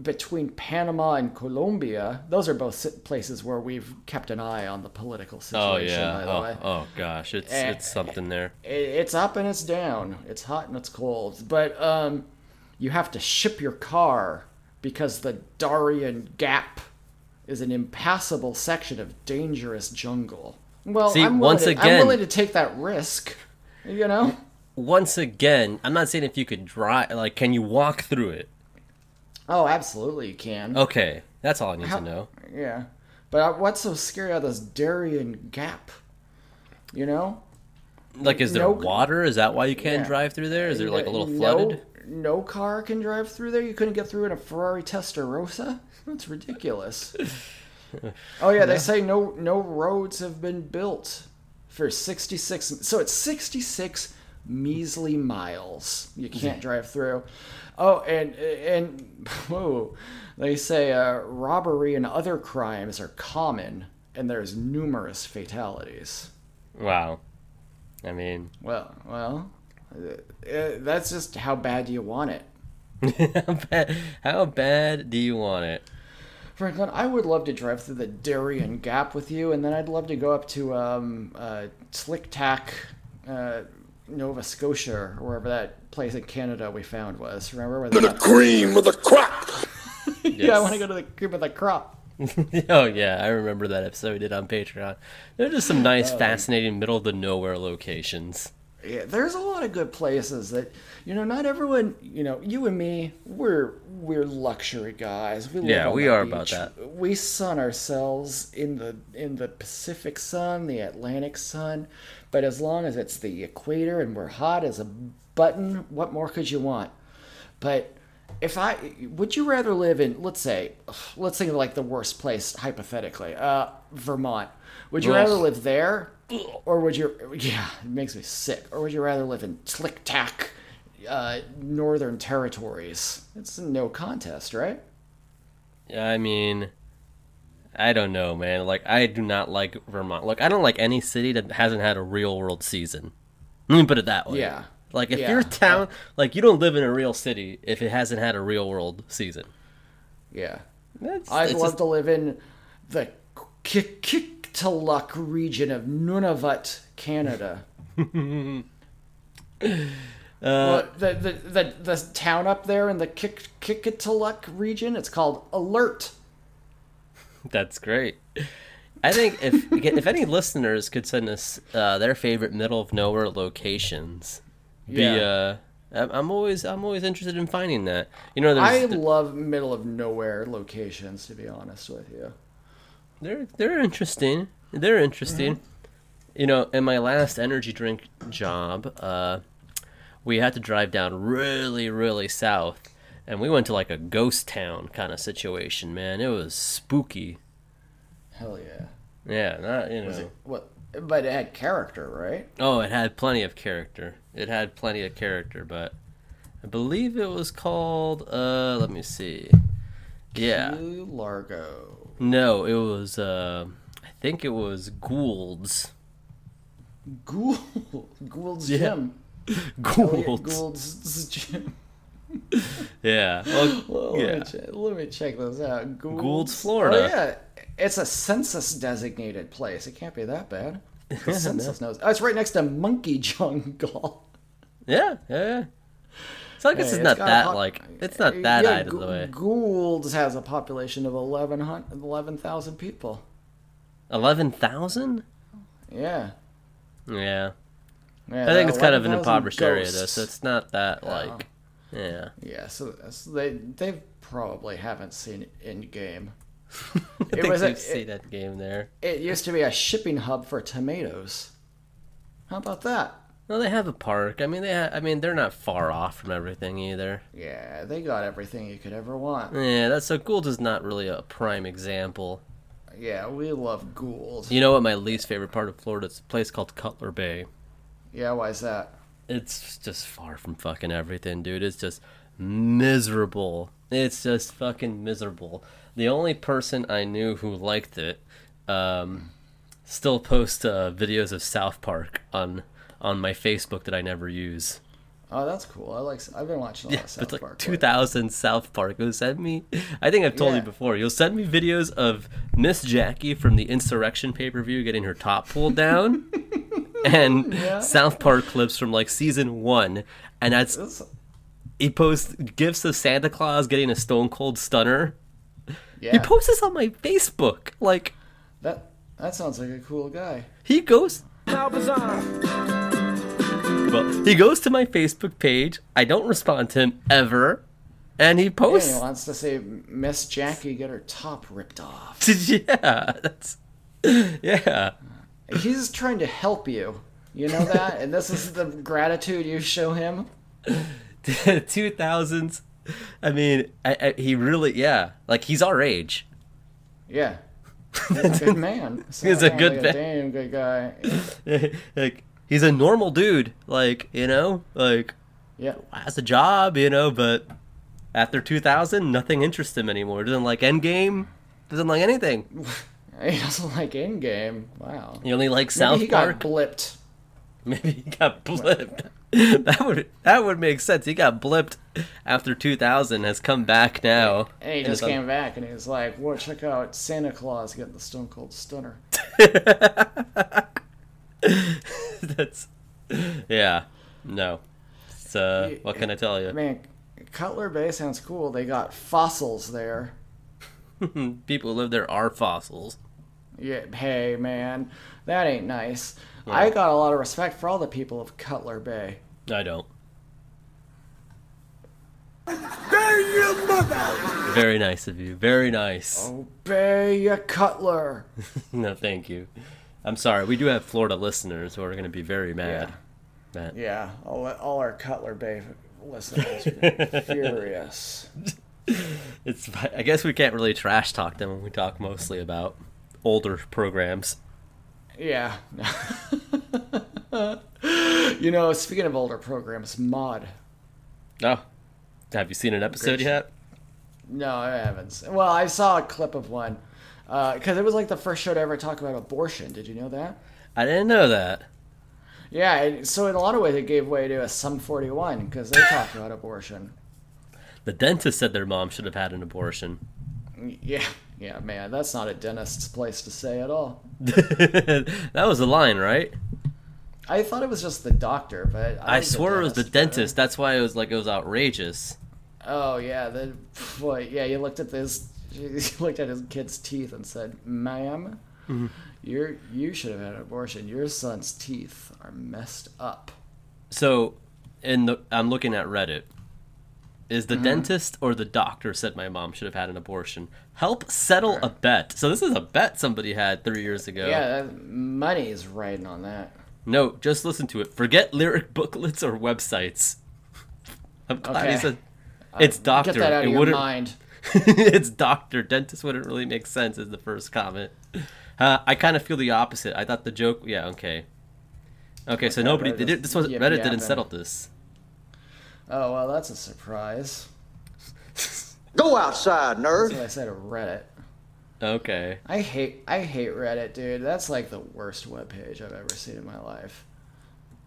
Speaker 5: between Panama and Colombia, those are both si- places where we've kept an eye on the political
Speaker 3: Oh
Speaker 5: situation. By
Speaker 3: yeah.
Speaker 5: the way.
Speaker 3: Oh, oh gosh, it's
Speaker 5: Eh.
Speaker 3: it's something there.
Speaker 5: It- it's up and it's down. It's hot and it's cold. But um, you have to ship your car because the Darien Gap is an impassable section of dangerous jungle. Well,
Speaker 3: See,
Speaker 5: I'm, willing
Speaker 3: once
Speaker 5: to,
Speaker 3: again-
Speaker 5: I'm willing to take that risk. You know,
Speaker 3: Once again, I'm not saying if you could drive. Like, can you walk through it?
Speaker 5: oh, absolutely you
Speaker 3: Oh,
Speaker 5: can.
Speaker 3: Okay, that's all I need to know.
Speaker 5: Yeah, but uh, what's so scary about this Darien Gap? You know,
Speaker 3: Like, is there
Speaker 5: No-
Speaker 3: water? Is that why you can't
Speaker 5: Yeah.
Speaker 3: drive through there? Is there like a little
Speaker 5: no,
Speaker 3: flooded?
Speaker 5: No car can drive through there. You couldn't get through in a Ferrari Testarossa. That's ridiculous. oh yeah, they say no no roads have been built for 66. So it's 66 measly miles. You
Speaker 3: Hmm.
Speaker 5: can't drive through. Oh, and and whoa, they say uh, robbery and other crimes are common, and there's numerous fatalities.
Speaker 3: Wow. I mean,
Speaker 5: Well, well, uh, uh, that's just how bad you want it.
Speaker 3: how bad, how bad do you want it?
Speaker 5: Franklin, I would love to drive through the Darien Gap with you, and then I'd love to go up to um, uh, Slick Tack, uh, Nova Scotia, or wherever that place in Canada we found was. Remember where they
Speaker 7: the
Speaker 5: got-
Speaker 7: cream of the crop.
Speaker 5: Yeah, I want to go to the cream of the crop.
Speaker 3: Oh yeah, I remember that episode we did on Patreon. There are just some
Speaker 5: Oh.
Speaker 3: nice, fascinating, middle of the nowhere locations.
Speaker 5: Yeah, there's a lot of good places that you know. Not everyone, you know, you and me, we're we're luxury guys. We live
Speaker 3: Yeah,
Speaker 5: on
Speaker 3: we
Speaker 5: the
Speaker 3: are about
Speaker 5: beach. We sun ourselves in the in the Pacific sun, the Atlantic sun, but as long as it's the equator and we're hot as a button, what more could you want? But if I would you rather live in let's say let's think of like the worst place hypothetically uh, Vermont would you
Speaker 3: Ugh.
Speaker 5: rather live there or would you yeah it makes me sick or would you rather live in Tlick Tack uh, Northern Territories it's no contest right
Speaker 3: I mean, I don't know, man. Like, I do not like Vermont. Look, I don't like any city that hasn't had a real world season. Let me put it that way.
Speaker 5: Yeah.
Speaker 3: Like, if
Speaker 5: Yeah.
Speaker 3: your town, like, you don't live in a real city if it hasn't had a real world season.
Speaker 5: Yeah.
Speaker 3: That's,
Speaker 5: I'd
Speaker 3: it's
Speaker 5: love
Speaker 3: just-
Speaker 5: to live in the K- Kiktaluk region of Nunavut, Canada. Well, the, the, the, the town up there in the Kik- Kiktaluk region, it's called Alert.
Speaker 3: That's great. I think if if any listeners could send us uh, their favorite middle of nowhere locations, yeah. be uh, I'm- I'm always I'm always interested in finding that. You know,
Speaker 5: I
Speaker 3: there's
Speaker 5: love middle of nowhere locations, to be honest with you.
Speaker 3: they're they're interesting. They're interesting. You know, in my last energy drink job, uh, we had to drive down really really south, and we went to like a ghost town kind of situation. Man, it was spooky.
Speaker 5: Hell yeah.
Speaker 3: Yeah, not you know.
Speaker 5: What? But it had character, right?
Speaker 3: Oh, it had plenty of character. It had plenty of character, but I believe it was called uh let me see. Yeah.
Speaker 5: Blue Largo.
Speaker 3: No, it was uh I think it was Gould's.
Speaker 5: Gould. Gould's
Speaker 3: Yeah.
Speaker 5: Gym. Elliot Gould's Gym.
Speaker 3: Yeah. Well,
Speaker 5: Well, let,
Speaker 3: yeah.
Speaker 5: me che- let me check this out. Gould's,
Speaker 3: Florida.
Speaker 5: Oh, yeah. It's a census designated place. It can't be that bad. The census knows. Oh, it's right next to Monkey Jungle.
Speaker 3: Yeah, yeah. yeah. So I guess
Speaker 5: Hey,
Speaker 3: it's not
Speaker 5: got a
Speaker 3: that
Speaker 5: pop-
Speaker 3: like it's not that
Speaker 5: yeah,
Speaker 3: out of
Speaker 5: Gou-
Speaker 3: the way.
Speaker 5: Gould's has a population of 11,000 11,000 people.
Speaker 3: Eleven thousand?
Speaker 5: Yeah.
Speaker 3: Yeah.
Speaker 5: Yeah,
Speaker 3: I think it's kind of an
Speaker 5: 11,000
Speaker 3: impoverished area though,
Speaker 5: ghosts.
Speaker 3: so it's not that like yeah.
Speaker 5: Yeah, so, so they they probably haven't seen Endgame.
Speaker 3: I
Speaker 5: it
Speaker 3: think
Speaker 5: was a,
Speaker 3: you see
Speaker 5: it,
Speaker 3: that game there.
Speaker 5: it used to be a shipping hub for tomatoes. How about that?
Speaker 3: No, they have a park. I mean, they. Ha- I mean, they're not far off from everything either.
Speaker 5: Yeah, they got everything you could ever want.
Speaker 3: Yeah, that's so. Gould is not really a prime example.
Speaker 5: Yeah, we love Gould.
Speaker 3: You know what? My least favorite part of Florida is a place called Cutler Bay.
Speaker 5: Yeah, why's that?
Speaker 3: It's just far from fucking everything, dude. It's just miserable. It's just fucking miserable. The only person I knew who liked it, um, still posts uh, videos of South Park on on my Facebook that I never use.
Speaker 5: Oh, that's cool. I like. I've been watching a lot of South
Speaker 3: it's like
Speaker 5: Park.
Speaker 3: 2000 South Park. You'll send me. I think I've told you
Speaker 5: Yeah.
Speaker 3: before. You'll send me videos of Miss Jackie from the Insurrection pay per view getting her top pulled down, and South Park clips from like season one, and that's
Speaker 5: This-
Speaker 3: he posts gifs of Santa Claus getting a Stone Cold Stunner.
Speaker 5: yeah,
Speaker 3: He posts this on my Facebook. Like
Speaker 5: that that sounds like a cool guy.
Speaker 3: he goes. Well, he goes to my Facebook page. I don't respond to him ever, and he
Speaker 5: And
Speaker 3: posts.
Speaker 5: he wants to see Miss Jackie get her top ripped off.
Speaker 3: yeah, that's yeah.
Speaker 5: He's trying to help you. You know that, and this is the gratitude you show him.
Speaker 3: Two thousands. I mean, I, I, he really yeah. Like he's our age.
Speaker 5: Yeah, he's a good man.
Speaker 3: He's a
Speaker 5: Sounds
Speaker 3: good
Speaker 5: like
Speaker 3: man.
Speaker 5: damn good guy.
Speaker 3: like he's a normal dude. Like you know, like
Speaker 5: Yeah,
Speaker 3: has a job. You know, but after two thousand, nothing interests him anymore. Doesn't like Endgame. Doesn't like anything.
Speaker 5: he doesn't like Endgame. Wow,
Speaker 3: He only likes
Speaker 5: Maybe
Speaker 3: South
Speaker 5: he
Speaker 3: Park.
Speaker 5: got blipped.
Speaker 3: Maybe he got blipped. that would that would make sense. He got blipped after two thousand. Has come back now.
Speaker 5: And he
Speaker 3: and
Speaker 5: just
Speaker 3: is on-
Speaker 5: came back and he was like, "Whoa, check out Santa Claus getting the Stone Cold Stunner."
Speaker 3: That's yeah. No. It's, uh, what can I tell you?
Speaker 5: Man, Cutler Bay sounds cool. They got fossils there.
Speaker 3: People who live there are fossils.
Speaker 5: Yeah, hey man, that ain't nice. I got a lot of respect for all the people of Cutler Bay.
Speaker 3: I don't. Very nice of you. Very nice.
Speaker 5: Obey your Cutler.
Speaker 3: No, thank you. I'm sorry. We do have Florida listeners who are going to be very mad. Matt.
Speaker 5: Yeah, all, all our Cutler Bay listeners are furious.
Speaker 3: It's. fi- I guess we can't really trash talk them when we talk mostly about older programs.
Speaker 5: Yeah. you know, speaking of older programs, Mod.
Speaker 3: Oh, have you seen an episode
Speaker 5: Great
Speaker 3: yet?
Speaker 5: No, I haven't. Well, I saw a clip of one. because it was like the first show to ever talk about abortion. Did you know that?
Speaker 3: I didn't know that.
Speaker 5: Yeah. And so in a lot of ways, it gave way to a Sum 41 because they talked about abortion.
Speaker 3: The dentist said their mom should have had an abortion.
Speaker 5: Yeah. Yeah, man, that's not a dentist's place to say at all.
Speaker 3: that was the line, right?
Speaker 5: I thought it was just the doctor, but
Speaker 3: I,
Speaker 5: think
Speaker 3: swear it was the
Speaker 5: but-
Speaker 3: dentist. That's why it was like it was outrageous.
Speaker 5: Oh yeah, the boy, yeah. You looked at this, you looked at his kid's teeth and said, "Ma'am,
Speaker 3: Mm-hmm.
Speaker 5: you're you should have had an abortion. Your son's teeth are messed up."
Speaker 3: So, in the I'm looking at Reddit. Is the
Speaker 5: Mm-hmm.
Speaker 3: dentist or the doctor said my mom should have had an abortion? Help settle a bet. So this is a bet somebody had three years ago.
Speaker 5: Yeah, that, money is riding on that.
Speaker 3: No, just listen to it. Forget lyric booklets or websites. I'm glad he
Speaker 5: Okay. Uh,
Speaker 3: said it's doctor.
Speaker 5: Get that out
Speaker 3: it
Speaker 5: of your
Speaker 3: wouldn't-
Speaker 5: mind.
Speaker 3: it's doctor. Dentist wouldn't really make sense is the first comment. Uh, I kind of feel the opposite. I thought the joke. Yeah. Okay. Okay. So nobody.
Speaker 5: Reddit
Speaker 3: they did,
Speaker 5: just
Speaker 3: this was
Speaker 5: yip
Speaker 3: Reddit
Speaker 5: yapping.
Speaker 3: didn't settle this.
Speaker 5: Oh well, that's a surprise.
Speaker 7: Go outside, nerd.
Speaker 5: That's what I said at Reddit.
Speaker 3: Okay.
Speaker 5: I hate I hate Reddit, dude. That's like the worst webpage I've ever seen in my life.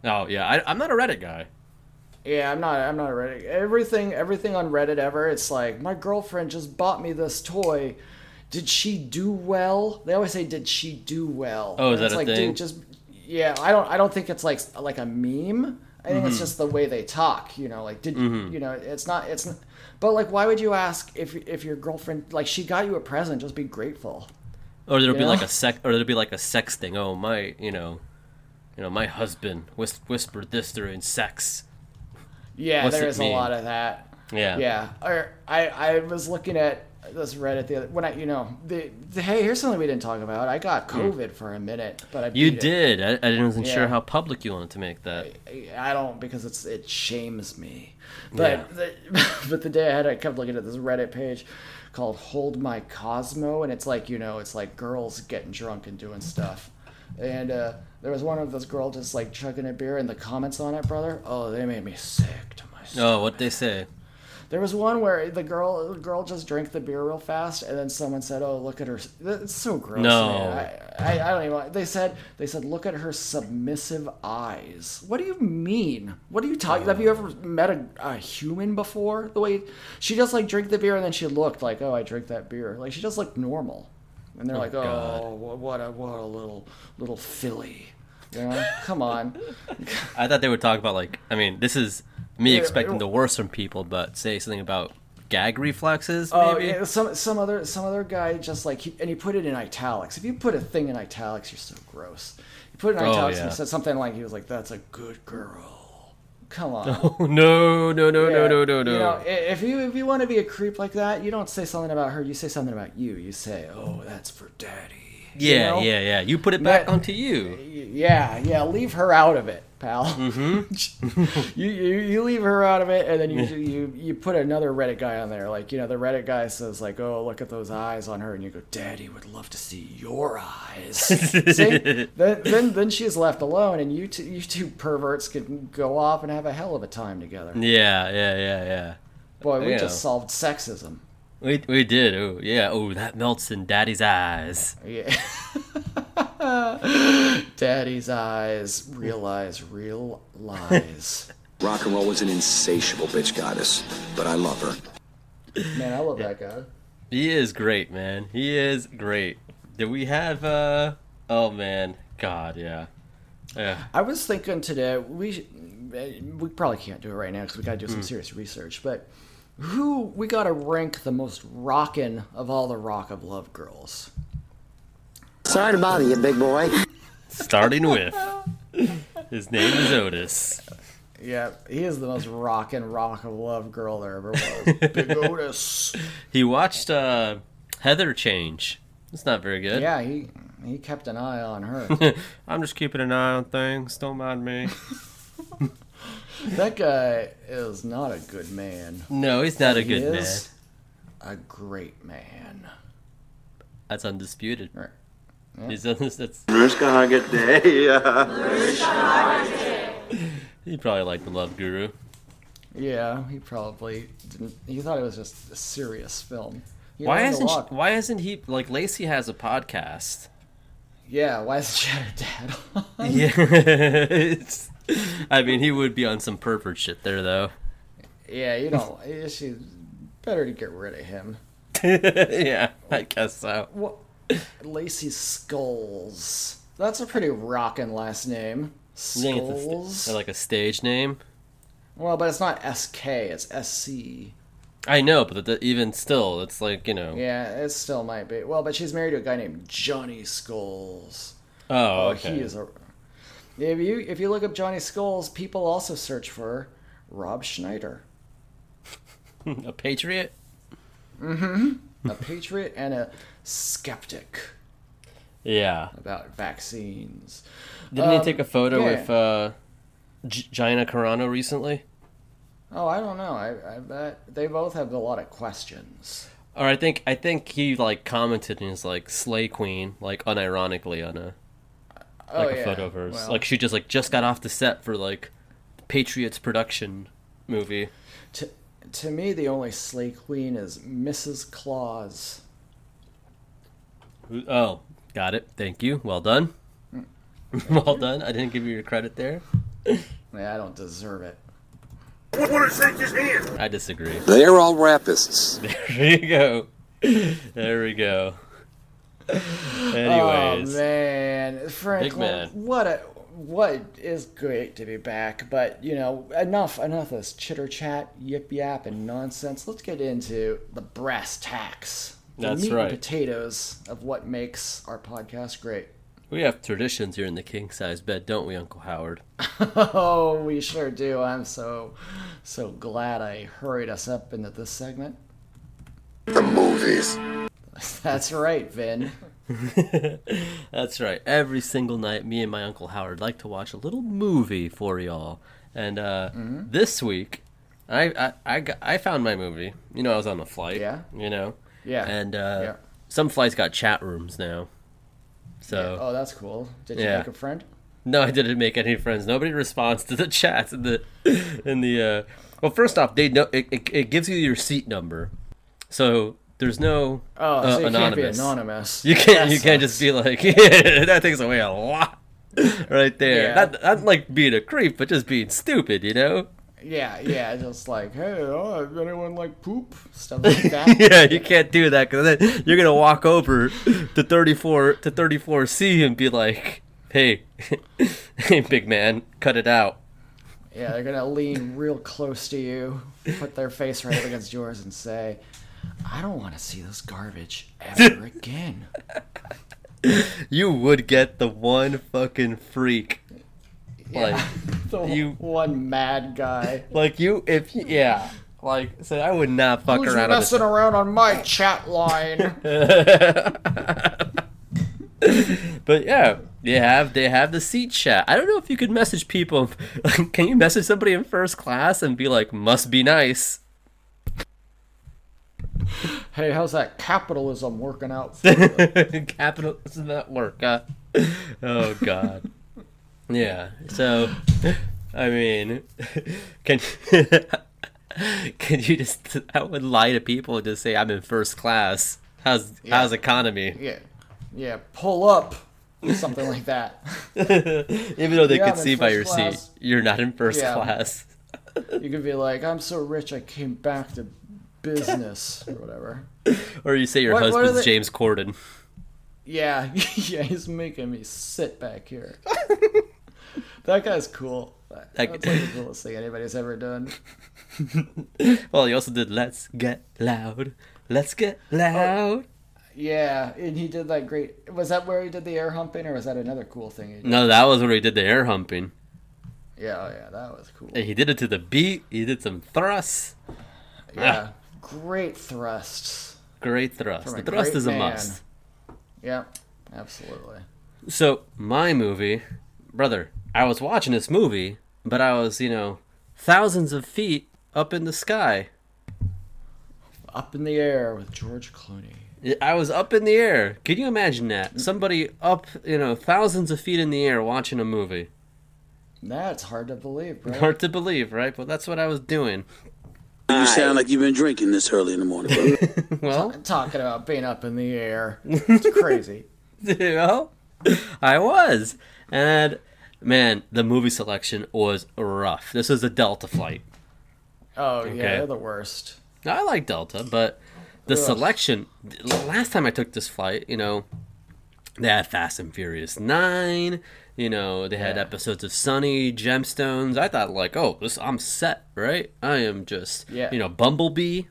Speaker 3: Oh yeah. I, I'm not a Reddit guy.
Speaker 5: Yeah, I'm not. I'm not a Reddit. Everything, everything on Reddit ever. It's like my girlfriend just bought me this toy. Did she do well? They always say, "Did she do well?"
Speaker 3: Oh, is
Speaker 5: And
Speaker 3: that
Speaker 5: it's
Speaker 3: a
Speaker 5: like,
Speaker 3: thing?
Speaker 5: Dude, just yeah. I don't. I don't think it's like like a meme. I think
Speaker 3: Mm-hmm.
Speaker 5: it's just the way they talk. You know, like did you know? It's not. It's. Not, but like, why would you ask if if your girlfriend like she got you a present? Just be grateful.
Speaker 3: Or there'll be
Speaker 5: Yeah.
Speaker 3: like a sex. Or there'll be like a sex thing. Oh my. You know. You know my husband whis- whispered this during sex.
Speaker 5: Yeah,
Speaker 3: What's
Speaker 5: there
Speaker 3: it
Speaker 5: is
Speaker 3: mean?
Speaker 5: a lot of that.
Speaker 3: Yeah.
Speaker 5: Yeah. Or I, I was looking at this Reddit the other when I you know the, the hey here's something we didn't talk about. I got COVID for a minute, but I
Speaker 3: Hmm. You
Speaker 5: beat it.
Speaker 3: did. I, I wasn't sure
Speaker 5: Yeah.
Speaker 3: how public you wanted to make that.
Speaker 5: I don't because it's it shames me. But the, but the day I had it, I kept looking at this Reddit page called Hold My Cosmo and it's like, you know, it's like girls getting drunk and doing stuff. And uh, there was one of this girl just like chugging a beer and the comments on it, brother. Oh, they made me sick to my stomach.
Speaker 3: Oh, what they say?
Speaker 5: There was one where the girl the girl just drank the beer real fast, and then someone said, "Oh, look at her!" It's so gross.
Speaker 3: No.
Speaker 5: man. I, I, I don't even. want- They said they said, "Look at her submissive eyes." What do you mean? What are you talking? Have you ever met a, a human before? The way she just like drank the beer and then she looked like, "Oh, I drank that beer." Like she just looked normal, and they're like,
Speaker 3: God.
Speaker 5: "Oh, wha- what a what a little little filly." You know? Come on.
Speaker 3: I thought they would talk about like. I mean, this is me expecting
Speaker 5: it-
Speaker 3: the worst from people, but say something about gag reflexes.
Speaker 5: Oh,
Speaker 3: maybe?
Speaker 5: yeah, some some other some other guy just like he, and he put it in italics. If you put a thing in italics, you're so gross. He put it in
Speaker 3: Oh,
Speaker 5: italics and
Speaker 3: yeah.
Speaker 5: he said something like he was like, "That's a good girl." Come on.
Speaker 3: no, no, no, no,
Speaker 5: Yeah,
Speaker 3: no, no, no.
Speaker 5: you know, i- if you if you want to be a creep like that, you don't say something about her. You say something about you. You say, "Oh, that's for daddy." you
Speaker 3: yeah,
Speaker 5: know?
Speaker 3: yeah, yeah. You put it back
Speaker 5: That-
Speaker 3: onto you.
Speaker 5: Yeah, yeah. Leave her out of it, pal.
Speaker 3: Mm-hmm.
Speaker 5: you, you you leave her out of it, and then you you you put another Reddit guy on there. Like you know, the Reddit guy says like, "Oh, look at those eyes on her," and you go, "Daddy would love to see your eyes." See? Then, then then she's left alone, and you two, you two perverts can go off and have a hell of a time together.
Speaker 3: Yeah, yeah, yeah, yeah.
Speaker 5: Boy, we
Speaker 3: Yeah.
Speaker 5: just solved sexism.
Speaker 3: We we did. Oh yeah. Oh, that melts in Daddy's eyes.
Speaker 5: Yeah. Daddy's eyes realize real lies.
Speaker 8: Rock and roll was an insatiable bitch goddess, but I love her.
Speaker 5: Man, I love that guy.
Speaker 3: He is great, man. He is great. Did we have? uh Oh man, God, yeah.
Speaker 5: I was thinking today we sh- eh, we probably can't do it right now because we got to do some serious research. But who we got to rank the most rockin' of all the Rock of Love girls?
Speaker 7: Sorry to bother you, big boy.
Speaker 3: Starting with. His name is Otis.
Speaker 5: Yeah, he is the most rockin' Rock of Love girl there ever was. Big Otis.
Speaker 3: He watched uh, Heather change. It's not very good.
Speaker 5: Yeah, he he kept an eye on her.
Speaker 3: I'm just keeping an eye on things. Don't mind me.
Speaker 5: that guy is not a good man.
Speaker 3: No, he's not a
Speaker 5: He
Speaker 3: good man.
Speaker 5: is a great man.
Speaker 3: That's undisputed.
Speaker 5: Right.
Speaker 3: He's un- that's, he probably liked the Love Guru.
Speaker 5: Yeah, he probably didn't. He thought it was just a serious film. He
Speaker 3: Why
Speaker 5: learned to
Speaker 3: isn't
Speaker 5: walk.
Speaker 3: why isn't he like Lacey has a podcast?
Speaker 5: Yeah, why is Cheddar Dad on?
Speaker 3: Yeah, it's- I mean he would be on some pervert shit there though.
Speaker 5: yeah, you know, it's it's better to get rid of him.
Speaker 3: yeah, I guess so.
Speaker 5: What? Lacey Skulls. That's a pretty rockin' last name.
Speaker 3: I think it's a sta-
Speaker 5: Skulls.
Speaker 3: like a stage name.
Speaker 5: Well, but it's not SK, it's SC.
Speaker 3: I know, but th- even still, it's like you know.
Speaker 5: Yeah, it still might be. Well, but she's married to a guy named Johnny Skulls.
Speaker 3: Oh,
Speaker 5: Oh,
Speaker 3: okay.
Speaker 5: he is a. If you if you look up Johnny Skulls, people also search for Rob Schneider,
Speaker 3: a patriot.
Speaker 5: a patriot and a skeptic
Speaker 3: Yeah.
Speaker 5: about vaccines.
Speaker 3: Didn't he take a photo
Speaker 5: Um, yeah.
Speaker 3: with uh, G- Gina Carano recently?
Speaker 5: Oh, I don't know. I, I bet they both have a lot of questions.
Speaker 3: Or I think I think he like commented and was like "Slay Queen" like unironically on a like a
Speaker 5: Oh, yeah.
Speaker 3: photo of hers.
Speaker 5: Well-
Speaker 3: Like she just like just got off the set for like Patriots production movie.
Speaker 5: To to me, the only slay queen is Mrs. Claus.
Speaker 3: Who- Oh, got it. Thank you. Well done.
Speaker 5: Mm.
Speaker 3: well done. I didn't give you your credit there.
Speaker 5: Yeah, I don't deserve it.
Speaker 3: I disagree.
Speaker 8: They're all rapists.
Speaker 3: There you go. There we go. Anyways,
Speaker 5: Oh man, Franklin,
Speaker 3: man.
Speaker 5: what a what is great to be back. But you know, enough enough of this chitter chat, yip yap, and nonsense. Let's get into the brass tacks. The
Speaker 3: That's
Speaker 5: meat
Speaker 3: right.
Speaker 5: And potatoes of what makes our podcast great.
Speaker 3: we have traditions here in the king size bed, don't we, Uncle Howard?
Speaker 5: Oh, we sure do. I'm so so glad I hurried us up into this segment.
Speaker 8: The movies.
Speaker 5: That's right, Vin.
Speaker 3: That's right. Every single night, me and my Uncle Howard like to watch a little movie for y'all. And uh,
Speaker 5: Mm-hmm.
Speaker 3: this week, I, I, I, got- I found my movie. You know, I was on a flight.
Speaker 5: Yeah.
Speaker 3: You know?
Speaker 5: Yeah.
Speaker 3: And uh,
Speaker 5: Yeah.
Speaker 3: some flights got chat rooms now. So,
Speaker 5: Oh, that's cool. Did you
Speaker 3: Yeah.
Speaker 5: make a friend?
Speaker 3: no, I didn't make any friends. Nobody responds to the chats in the, in the, uh, well, first off, they know, it, it, it gives you your seat number. So there's no
Speaker 5: Oh,
Speaker 3: uh,
Speaker 5: so you
Speaker 3: anonymous.
Speaker 5: can't be anonymous.
Speaker 3: You can't.
Speaker 5: That
Speaker 3: you can't
Speaker 5: sucks.
Speaker 3: just be like that takes away a lot, right there.
Speaker 5: Yeah.
Speaker 3: Not, not like being a creep, but just being stupid. You know?
Speaker 5: Yeah, yeah, just like, hey, oh, anyone like poop? Stuff like that.
Speaker 3: Yeah. You can't do that because then you're gonna walk over to 34 to 34C and be like, "Hey, hey, big man, cut it out."
Speaker 5: Yeah, they're gonna lean real close to you, put their face right up against yours, and say, "I don't want to see this garbage ever again."
Speaker 3: You would get the one fucking freak. Like
Speaker 5: The
Speaker 3: You-
Speaker 5: one mad guy
Speaker 3: like you if you, yeah. Like so I would not fuck
Speaker 5: who's
Speaker 3: around on this
Speaker 5: messing around on my chat line.
Speaker 3: But yeah, they have they have the seat chat. I don't know if you could message people. Can you message somebody in first class and be like, "Must be nice"?
Speaker 5: hey, how's that capitalism working out? For you?
Speaker 3: Capitalism at work. Huh? Oh God. yeah. So, I mean, can can you just? I would lie to people and just say I'm in first class. How's how's economy?
Speaker 5: yeah, yeah, pull up, something like that.
Speaker 3: Even though they
Speaker 5: Yeah, I'm
Speaker 3: could
Speaker 5: in
Speaker 3: see by
Speaker 5: first
Speaker 3: your
Speaker 5: class.
Speaker 3: seat, you're not in first
Speaker 5: Yeah.
Speaker 3: class.
Speaker 5: You could be like, "I'm so rich, I came back to business" or whatever.
Speaker 3: Or you say your
Speaker 5: What- what are
Speaker 3: husband's
Speaker 5: they-
Speaker 3: James Corden.
Speaker 5: Yeah, yeah, he's making me sit back here. that guy's cool. That- That's like the coolest thing anybody's ever done.
Speaker 3: Well, he also did "Let's Get Loud." Let's get loud.
Speaker 5: Yeah, and he did that great. Was that where he did the air humping, or was that another cool thing? He did?
Speaker 3: No, that was where he did the air humping.
Speaker 5: Yeah, oh, yeah, that was cool.
Speaker 3: He did it to the beat. He did some thrusts. Ah,
Speaker 5: Yeah, great thrusts.
Speaker 3: Great thrust.
Speaker 5: From
Speaker 3: The
Speaker 5: a
Speaker 3: thrust
Speaker 5: great
Speaker 3: is a
Speaker 5: man.
Speaker 3: must.
Speaker 5: Yeah, absolutely.
Speaker 3: So my movie, brother, I was watching this movie, but I was, you know, thousands of feet up in the sky.
Speaker 5: Up in the air with George Clooney.
Speaker 3: I was up in the air. Can you imagine that? Somebody up, you know, thousands of feet in the air watching a movie.
Speaker 5: That's hard to believe, bro.
Speaker 3: Hard to believe, right? But that's what I was doing.
Speaker 9: You sound like you've been drinking this early in the morning. brother.
Speaker 3: Well,
Speaker 5: Talking about being up in the air. It's crazy.
Speaker 3: well, I was. And man, the movie selection was rough. This was a Delta flight.
Speaker 5: Oh,
Speaker 3: Okay.
Speaker 5: yeah, they're the worst.
Speaker 3: I like Delta, but the selection. Last time I took this flight, you know, they had Fast and Furious Nine. You know, they had episodes of Sunny, Gemstones. I thought like, oh, this I'm set, right? I am just,
Speaker 5: Yeah.
Speaker 3: you know, Bumblebee.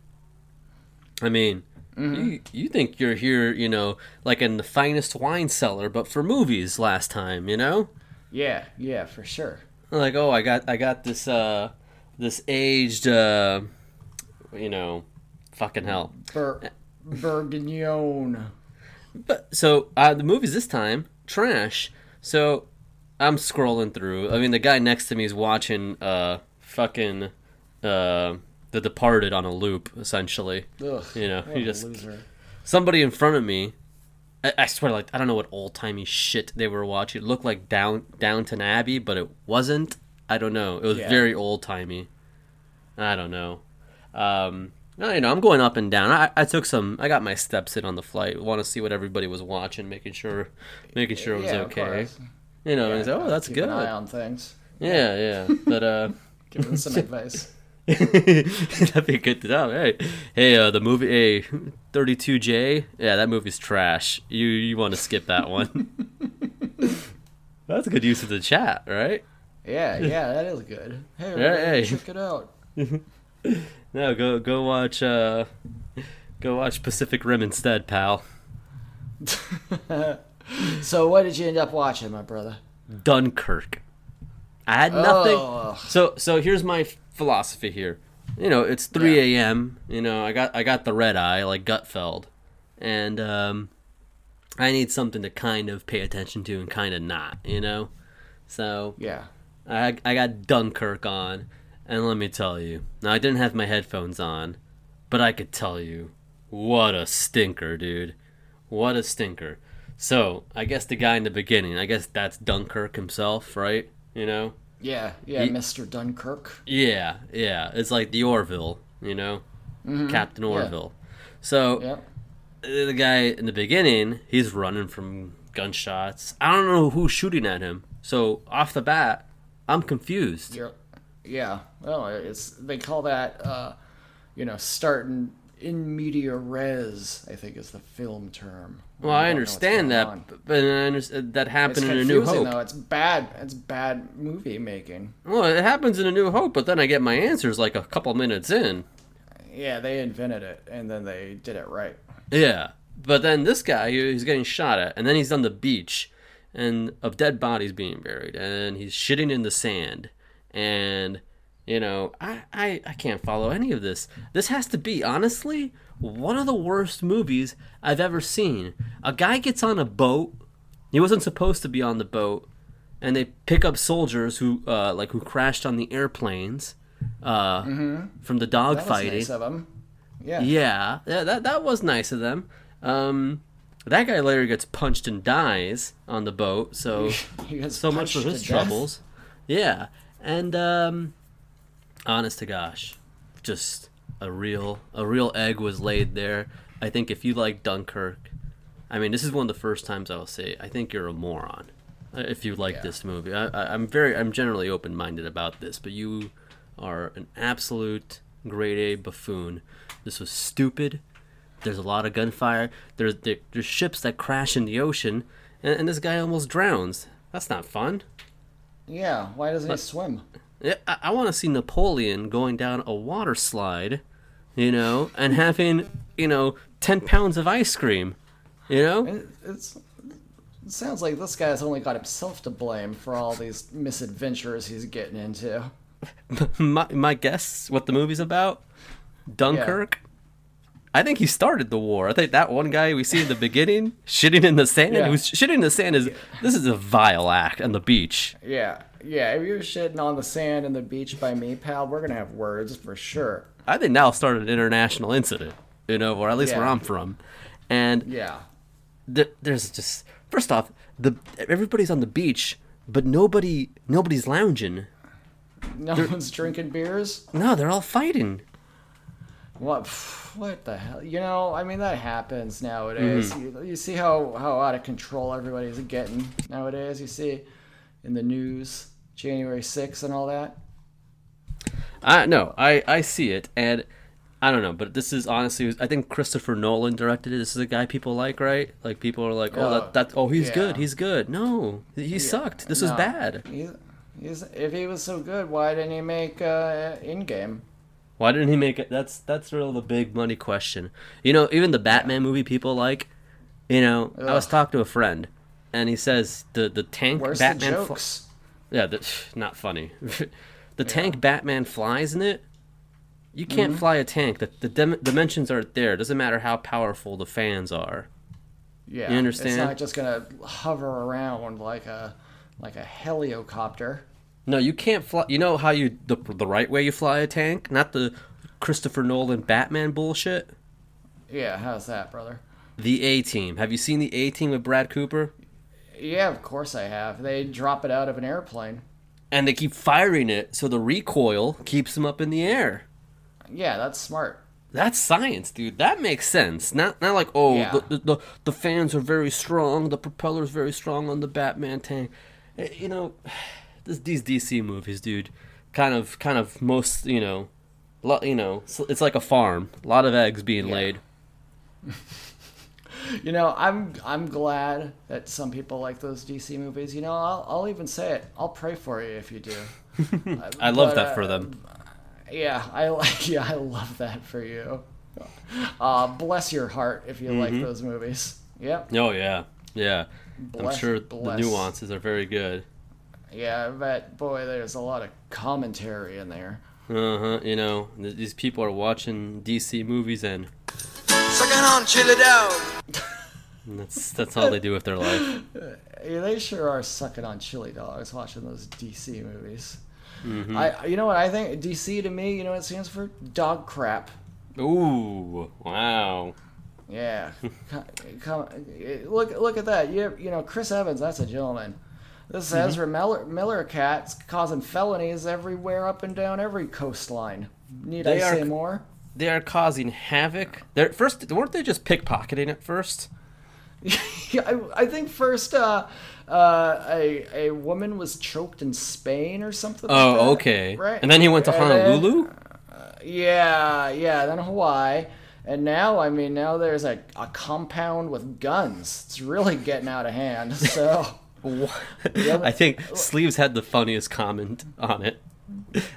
Speaker 3: I mean, you, you think you're here, you know, like in the finest wine cellar, but for movies. Last time, you know
Speaker 5: Yeah, yeah, for sure.
Speaker 3: like oh i got i got this uh this aged uh you know fucking hell Uh,
Speaker 5: Bur- Burguignon.
Speaker 3: but so uh the movies this time trash so i'm scrolling through i mean the guy next to me is watching uh fucking uh the departed on a loop essentially
Speaker 5: Ugh,
Speaker 3: you know
Speaker 5: what
Speaker 3: he
Speaker 5: a
Speaker 3: just
Speaker 5: loser.
Speaker 3: somebody in front of me I, I swear like i don't know what old-timey shit they were watching it looked like down downton abbey but it wasn't i don't know it was
Speaker 5: Yeah.
Speaker 3: very old-timey i don't know um no, you know, I'm going up and down. I, I took some. I got my steps in on the flight. Want to see what everybody was watching, making sure, making sure it was
Speaker 5: Yeah, of
Speaker 3: okay.
Speaker 5: course.
Speaker 3: You know, and it's, oh, that's
Speaker 5: Keep
Speaker 3: good.
Speaker 5: an eye on things.
Speaker 3: Yeah, yeah. But uh,
Speaker 5: Give them some advice.
Speaker 3: That'd be good to know. Hey, hey, uh, the movie, hey, 32J. Yeah, that movie's trash. You you want to skip that one? That's a good use of the chat, right?
Speaker 5: Yeah, yeah, that is good. Hey,
Speaker 3: hey.
Speaker 5: everybody, check it out.
Speaker 3: No, go go watch uh, go watch Pacific Rim instead, pal.
Speaker 5: So, what did you end up watching, my brother?
Speaker 3: Dunkirk. I had nothing.
Speaker 5: Oh.
Speaker 3: So so here's my philosophy here. You know, it's 3 a.m. You know, I got I got the red eye like Gutfeld, and um, I need something to kind of pay attention to and kind of not. You know, so
Speaker 5: Yeah.
Speaker 3: I I got Dunkirk on, and let me tell you. Now I didn't have my headphones on, but I could tell you, what a stinker, dude. What a stinker. So I guess the guy in the beginning. I guess that's Dunkirk himself, right? You know.
Speaker 5: Yeah, yeah, Mr. Dunkirk.
Speaker 3: Yeah, yeah. It's like the Orville, you know, Captain Orville. So
Speaker 5: Yep.
Speaker 3: the guy in the beginning, he's running from gunshots. I don't know who's shooting at him. So off the bat, I'm confused.
Speaker 5: You're, yeah. Well, it's they call that, uh, you know, starting in media res. I think is the film term.
Speaker 3: Well, I understand that, but- but I understand that
Speaker 5: It's
Speaker 3: happened in A
Speaker 5: confusing
Speaker 3: New Hope.
Speaker 5: though. It's bad. It's bad movie making.
Speaker 3: Well, it happens in A New Hope, but then I get my answers like a couple minutes in.
Speaker 5: Yeah, they invented it and then they did it right.
Speaker 3: Yeah, but then this guy he- he's getting shot at, and then he's on the beach, and of dead bodies being buried, and he's shitting in the sand, and you know I I, I can't follow any of this. This has to be honestly one of the worst movies I've ever seen. A guy gets on a boat. He wasn't supposed to be on the boat, and they pick up soldiers who uh, like who crashed on the airplanes uh, from the
Speaker 5: Mm-hmm. That was
Speaker 3: dogfighting.
Speaker 5: nice of 'em. Yeah.
Speaker 3: Yeah, yeah, that that was nice of them. Um, that guy later gets punched and dies on the boat, so
Speaker 5: He gets
Speaker 3: so much for
Speaker 5: punched
Speaker 3: his
Speaker 5: to death.
Speaker 3: troubles. Yeah, and um, honest to gosh, just a real a real egg was laid there. I think if you like Dunkirk, I mean, this is one of the first times I'll say I think you're a moron uh, if you like this movie. I, I, I'm very I'm generally open minded about this, but you are an absolute grade A buffoon. This was stupid. There's a lot of gunfire. There's there, there's ships that crash in the ocean, and, and this guy almost drowns. That's not fun.
Speaker 5: Yeah. Why doesn't he swim?
Speaker 3: Yeah, I, I want to see Napoleon going down a water slide, you know, and having you know ten pounds of ice cream, you know.
Speaker 5: It, it's. It sounds like this guy's only got himself to blame for all these misadventures he's getting into.
Speaker 3: My my guess, what the movie's about, Dunkirk. I think he started the war. I think that one guy we see in the beginning shitting in the sand.
Speaker 5: Yeah.
Speaker 3: Who's shitting in the sand is this is a vile act on the beach.
Speaker 5: Yeah, yeah. If you're shitting on the sand and the beach by me, pal, we're gonna have words for sure.
Speaker 3: I think that'll start an international incident, you know, or at least where
Speaker 5: Yeah.
Speaker 3: I'm from. And
Speaker 5: Yeah,
Speaker 3: th- there's just first off, the everybody's on the beach, but nobody nobody's lounging.
Speaker 5: no one's drinking beers.
Speaker 3: No, they're all fighting.
Speaker 5: What? pff, What the hell? You know, I mean, that happens nowadays.
Speaker 3: Mm-hmm.
Speaker 5: You, you see how how out of control everybody's getting nowadays. You see in the news, January 6th and all that.
Speaker 3: I no, I I see it, and I don't know, but this is honestly, I think Christopher Nolan directed it. This is a guy people like, right? Like people are like, oh, that, that oh, he's
Speaker 5: yeah.
Speaker 3: good, he's good. No, he sucked. This was
Speaker 5: no.
Speaker 3: bad.
Speaker 5: He's, he's, if he was so good, why didn't he make uh, in game?
Speaker 3: Why didn't he make it? That's that's real the big money question. You know, even the Batman movie people like. You know, I was talking to a friend, and he says the the tank
Speaker 5: Where's
Speaker 3: Batman
Speaker 5: the
Speaker 3: fl-
Speaker 5: jokes?
Speaker 3: Yeah, that's not funny. the tank Batman flies in it. You can't
Speaker 5: Mm-hmm.
Speaker 3: fly a tank. The, the dim- dimensions aren't there. It doesn't matter how powerful the fans are.
Speaker 5: yeah,
Speaker 3: you understand?
Speaker 5: It's not just gonna hover around like a like a heliocopter.
Speaker 3: No, you can't fly. You know how you the the right way you fly a tank, not the Christopher Nolan Batman bullshit.
Speaker 5: Yeah, how's that, brother?
Speaker 3: The A Team. Have you seen the A Team with Brad Cooper?
Speaker 5: Yeah, of course I have. They drop it out of an airplane.
Speaker 3: And they keep firing it, so the recoil keeps them up in the air.
Speaker 5: Yeah, that's smart.
Speaker 3: That's science, dude. That makes sense. Not not like oh
Speaker 5: Yeah.
Speaker 3: the, the, the the fans are very strong, the propeller's very strong on the Batman tank. Eh, You know, this, these DC movies, dude, kind of kind of most you know, lot you know, it's, it's like a farm, a lot of eggs being laid.
Speaker 5: You know, I'm I'm glad that some people like those DC movies. You know, I'll I'll even say it. I'll pray for you if you do.
Speaker 3: I love
Speaker 5: But,
Speaker 3: that
Speaker 5: uh,
Speaker 3: for them.
Speaker 5: Yeah, I like yeah, I love that for you. Uh, bless your heart if you like those movies. Yep.
Speaker 3: Oh Mm-hmm. yeah, yeah.
Speaker 5: bless-
Speaker 3: I'm sure
Speaker 5: bless.
Speaker 3: the nuances are very good.
Speaker 5: Yeah, but boy, there's a lot of commentary in there.
Speaker 3: Uh huh. You know, th- these people are watching DC movies, and
Speaker 8: Second on, chill it out.
Speaker 3: that's that's all they do with their life.
Speaker 5: Yeah, they sure are sucking on chili dogs watching those DC movies.
Speaker 3: Mm-hmm.
Speaker 5: I, you know what I think? DC to me, you know what it stands for? Dog crap.
Speaker 3: Ooh, wow.
Speaker 5: Yeah. Co- Come, eh, look, look at that. You, you know, Chris Evans, that's a gentleman. This
Speaker 3: Mm-hmm.
Speaker 5: Ezra Miller, Miller cat's causing felonies everywhere, up and down every coastline. Need
Speaker 3: They
Speaker 5: I
Speaker 3: are-
Speaker 5: say more?
Speaker 3: they are causing havoc. They're first weren't they just pickpocketing at first?
Speaker 5: Yeah, I, I think first uh, uh, a a woman was choked in Spain or something. like that,
Speaker 3: Oh, okay.
Speaker 5: Right.
Speaker 3: And then he went to
Speaker 5: And then-
Speaker 3: Honolulu.
Speaker 5: yeah, yeah. Then Hawaii, and now I mean now there's a, a compound with guns. It's really getting out of hand. So
Speaker 3: I think Sleeves had the funniest comment on it.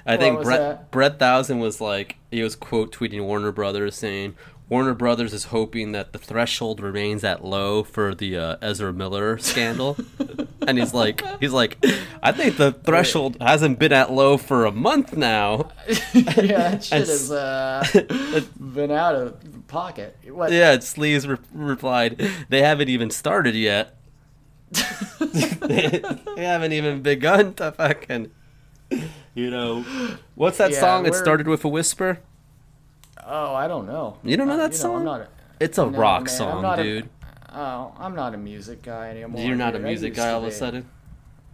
Speaker 3: I think
Speaker 5: was
Speaker 3: Brett
Speaker 5: that?
Speaker 3: Brett Thousand was like he was quote tweeting Warner Brothers saying Warner Brothers is hoping that the threshold remains at low for the uh, Ezra Miller scandal, and he's like he's like I think the threshold hasn't been at low for a month now.
Speaker 5: yeah, that shit
Speaker 3: s-
Speaker 5: has uh, been out of pocket. What?
Speaker 3: Yeah, and Sleeves re- replied, "They haven't even started yet. they, they haven't even begun to fucking, you know, what's that
Speaker 5: Yeah,
Speaker 3: song that
Speaker 5: we're-
Speaker 3: started with a whisper?
Speaker 5: Oh, I don't know.
Speaker 3: You don't know
Speaker 5: Uh,
Speaker 3: that
Speaker 5: you
Speaker 3: song?
Speaker 5: I'm not. A,
Speaker 3: It's a
Speaker 5: No,
Speaker 3: rock
Speaker 5: man, I'm
Speaker 3: song,
Speaker 5: not a-
Speaker 3: dude.
Speaker 5: oh, I'm not a music guy anymore.
Speaker 3: You're not a
Speaker 5: dude. I
Speaker 3: music
Speaker 5: used
Speaker 3: guy
Speaker 5: to
Speaker 3: all of a
Speaker 5: be.
Speaker 3: sudden.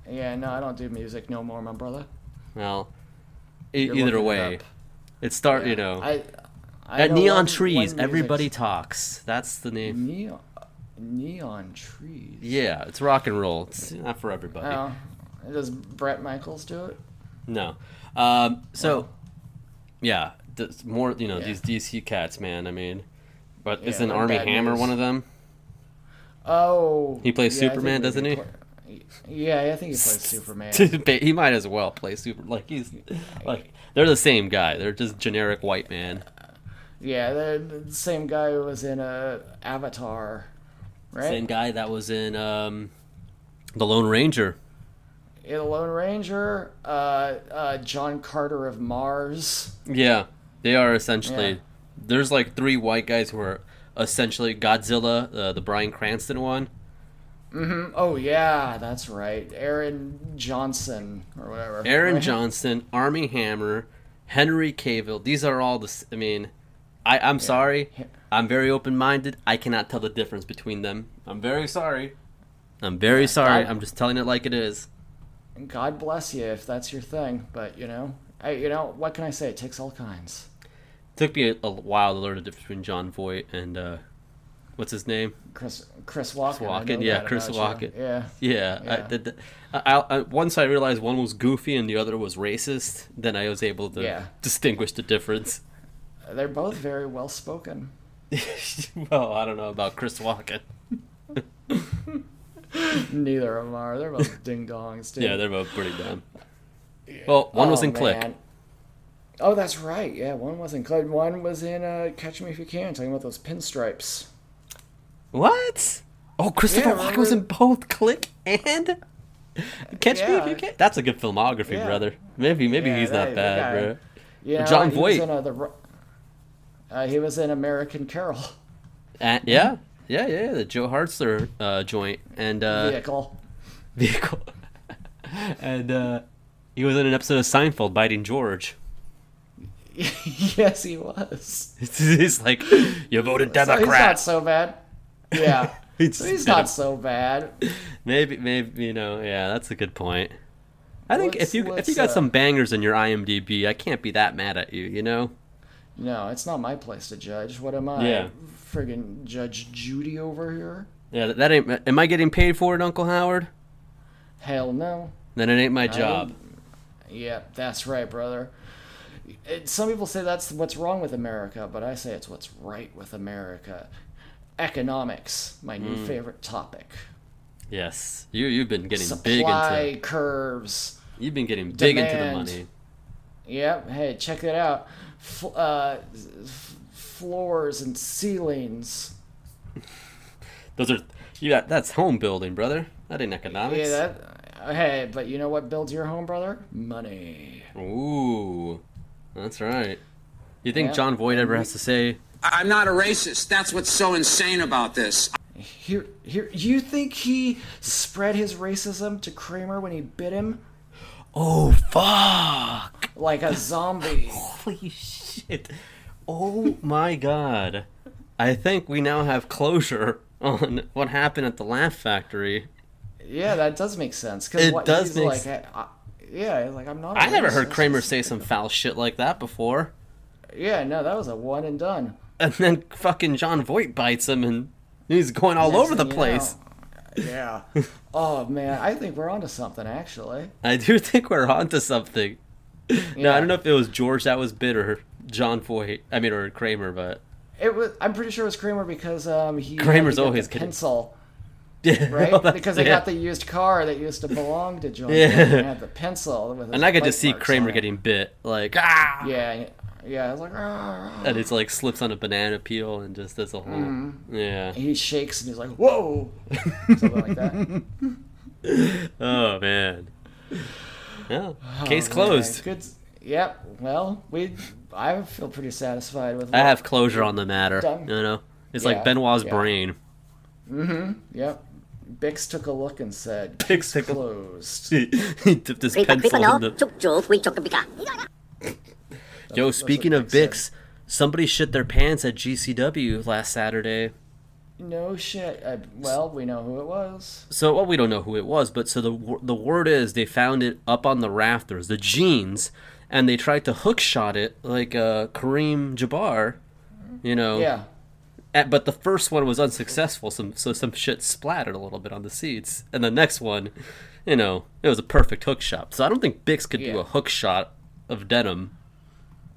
Speaker 5: Yeah, no, I don't do music no more, my brother.
Speaker 3: Well, e-
Speaker 5: You're
Speaker 3: either
Speaker 5: looking it
Speaker 3: way,
Speaker 5: up.
Speaker 3: it, start, you know,
Speaker 5: I, I
Speaker 3: at
Speaker 5: know
Speaker 3: Neon
Speaker 5: one-
Speaker 3: Trees.
Speaker 5: one Mm-hmm.
Speaker 3: Everybody
Speaker 5: music's-
Speaker 3: talks. That's the name.
Speaker 5: neon, neon trees.
Speaker 3: Yeah, it's rock and roll. It's not for everybody.
Speaker 5: Oh, does Brett Michaels do it?
Speaker 3: No. Um, so, yeah, th- more you know these DC cats, man. I mean, but
Speaker 5: Yeah,
Speaker 3: isn't
Speaker 5: they're
Speaker 3: Army
Speaker 5: bad
Speaker 3: Hammer
Speaker 5: news.
Speaker 3: one of them?
Speaker 5: Oh,
Speaker 3: He plays
Speaker 5: yeah, I
Speaker 3: Superman,
Speaker 5: think
Speaker 3: doesn't he?
Speaker 5: pla- yeah, I think he plays Superman.
Speaker 3: Ba- he might as well play super. Like he's like they're the same guy. They're just generic white man.
Speaker 5: Yeah, the the same guy who was in uh, Avatar, right?
Speaker 3: Same guy that was in um, the Lone Ranger.
Speaker 5: Yeah, the Lone Ranger, uh, uh, John Carter of Mars.
Speaker 3: Yeah, they are essentially.
Speaker 5: Yeah.
Speaker 3: There's like three white guys who are essentially Godzilla, uh, the Brian Cranston one.
Speaker 5: Oh yeah, that's right, Aaron Johnson or whatever.
Speaker 3: Aaron
Speaker 5: right?
Speaker 3: Johnson, Army Hammer, Henry Cavill. These are all the. s- I mean, I, I'm sorry. I'm very open minded. I cannot tell the difference between them. I'm very sorry. I'm very sorry.
Speaker 5: I-
Speaker 3: I'm just telling it like it is.
Speaker 5: God bless you if that's your thing, but you know, I, you know, what can I say? It takes all kinds.
Speaker 3: Took me a, a while to learn the difference between John Voight and uh, what's his name?
Speaker 5: Chris Chris Walken. I
Speaker 3: Walken,
Speaker 5: know
Speaker 3: yeah,
Speaker 5: that
Speaker 3: Chris
Speaker 5: about you.
Speaker 3: Walken.
Speaker 5: Yeah.
Speaker 3: Yeah, I,
Speaker 5: Yeah.
Speaker 3: the, the, I, I, once I realized one was goofy and the other was racist, then I was able to
Speaker 5: Yeah.
Speaker 3: distinguish the difference.
Speaker 5: They're both very well spoken.
Speaker 3: well, I don't know about Chris Walken.
Speaker 5: Neither of them are. They're both ding dongs, dude.
Speaker 3: Yeah, they're both pretty dumb. Well, one was
Speaker 5: Oh,
Speaker 3: in Click.
Speaker 5: man. Oh, that's right. Yeah, one was in Click. One was in uh, Catch Me If You Can, talking about those pinstripes.
Speaker 3: What? Oh, Christopher
Speaker 5: Yeah,
Speaker 3: Walken was in both Click and Catch Me If
Speaker 5: Yeah.
Speaker 3: You Can. That's a good filmography,
Speaker 5: Yeah.
Speaker 3: brother. Maybe maybe
Speaker 5: Yeah,
Speaker 3: he's
Speaker 5: that-
Speaker 3: not
Speaker 5: the
Speaker 3: bad,
Speaker 5: guy-
Speaker 3: bro.
Speaker 5: Yeah,
Speaker 3: John
Speaker 5: he
Speaker 3: Voight.
Speaker 5: Was in, uh, the, Ro- uh, he was in American Carol
Speaker 3: Uh, yeah, yeah, yeah. The Joe Hartzler uh, joint and uh,
Speaker 5: vehicle.
Speaker 3: vehicle, and uh, he was in an episode of Seinfeld biting George.
Speaker 5: yes, he was.
Speaker 3: he's like, "You voted
Speaker 5: So he's not
Speaker 3: Democrat."
Speaker 5: so bad. Yeah.
Speaker 3: It's-
Speaker 5: So he's not so bad.
Speaker 3: Maybe, maybe you know. Yeah, that's a good point. I think
Speaker 5: What's-
Speaker 3: if you if
Speaker 5: what's,
Speaker 3: you got
Speaker 5: uh,
Speaker 3: some bangers in your IMDb, I can't be that mad at you. You know.
Speaker 5: No, it's not my place to judge. What am I?
Speaker 3: Yeah.
Speaker 5: Friggin' Judge Judy over here?
Speaker 3: Yeah, that, that ain't. Am I getting paid for it, Uncle Howard?
Speaker 5: Hell no.
Speaker 3: Then it ain't my job.
Speaker 5: Yeah, that's right, brother. It, some people say that's what's wrong with America, but I say it's what's right with America. Economics, my new
Speaker 3: Hmm.
Speaker 5: favorite topic.
Speaker 3: Yes, you you've been getting
Speaker 5: Supply
Speaker 3: big into
Speaker 5: curves.
Speaker 3: you've been getting big into the
Speaker 5: demand.
Speaker 3: money.
Speaker 5: Yep. Hey, check that out. F- uh, f- floors and ceilings.
Speaker 3: Those are yeah, that's home building, brother. That ain't economics.
Speaker 5: Yeah. That. Hey, but you know what builds your home, brother? Money.
Speaker 3: Ooh, that's right. You think
Speaker 5: Yeah.
Speaker 3: John Voight ever has to say?
Speaker 10: I'm not a racist. That's what's so insane about this.
Speaker 5: Here, here. You think he spread his racism to Kramer when he bit him
Speaker 3: Oh fuck!
Speaker 5: like a zombie?
Speaker 3: Holy shit! Oh my god! I think we now have closure on what happened at the Laugh Factory.
Speaker 5: Yeah, that does make sense. Cause
Speaker 3: It
Speaker 5: what,
Speaker 3: does
Speaker 5: he's
Speaker 3: make
Speaker 5: like,
Speaker 3: sense.
Speaker 5: I, I, yeah, like I'm not.
Speaker 3: I
Speaker 5: a
Speaker 3: never
Speaker 5: racist.
Speaker 3: heard Kramer say some foul shit like that before.
Speaker 5: Yeah, no, that was a one and done.
Speaker 3: And then fucking John Voight bites him, and he's going all
Speaker 5: Next
Speaker 3: over the
Speaker 5: thing you
Speaker 3: place.
Speaker 5: know- yeah. oh man, I think we're onto something actually.
Speaker 3: I do think we're onto something. No, I
Speaker 5: Yeah.
Speaker 3: don't know if it was George that was bit or John Voight. I mean, or Kramer, but
Speaker 5: It was. I'm pretty sure it was Kramer because um he had to
Speaker 3: Kramer's
Speaker 5: get the
Speaker 3: always getting-
Speaker 5: pencil.
Speaker 3: yeah,
Speaker 5: Right,
Speaker 3: well, that's-
Speaker 5: because they
Speaker 3: yeah.
Speaker 5: got the used car that used to belong to John.
Speaker 3: Yeah.
Speaker 5: Yeah, and had the pencil. With his
Speaker 3: And I could
Speaker 5: bite
Speaker 3: just see
Speaker 5: marks
Speaker 3: Kramer
Speaker 5: on it.
Speaker 3: getting bit, like ah,
Speaker 5: Yeah, and- yeah. I was like, "Ah, ah."
Speaker 3: and it's like slips on a banana peel and just does a whole,
Speaker 5: Mm-hmm.
Speaker 3: yeah.
Speaker 5: he shakes and he's like, whoa, something like that.
Speaker 3: Oh man, yeah. Case closed.
Speaker 5: Oh, Good. Yep. Well, we. I feel pretty satisfied with.
Speaker 3: I
Speaker 5: what-
Speaker 3: have closure on the matter.
Speaker 5: Done.
Speaker 3: You know, it's
Speaker 5: Yeah,
Speaker 3: like Benoit's
Speaker 5: yeah.
Speaker 3: brain.
Speaker 5: Yep. Bix took a look and said,
Speaker 3: Bix took a-
Speaker 5: closed."
Speaker 3: he dipped his pencil in the. Yo, speaking of
Speaker 5: Vic
Speaker 3: Bix, somebody shit their pants at GCW last Saturday.
Speaker 5: no shit. I, well, we know who it was.
Speaker 3: So, well, we don't know who it was, but so the wor- the word is they found it up on the rafters, the jeans, and they tried to hook shot it like uh, Kareem Jabbar, you know.
Speaker 5: Yeah.
Speaker 3: At- but the first one was unsuccessful, some so some shit splattered a little bit on the seats, and the next one, you know, it was a perfect hook shot. So I don't think Bix could do
Speaker 5: Yeah.
Speaker 3: a hook shot of denim.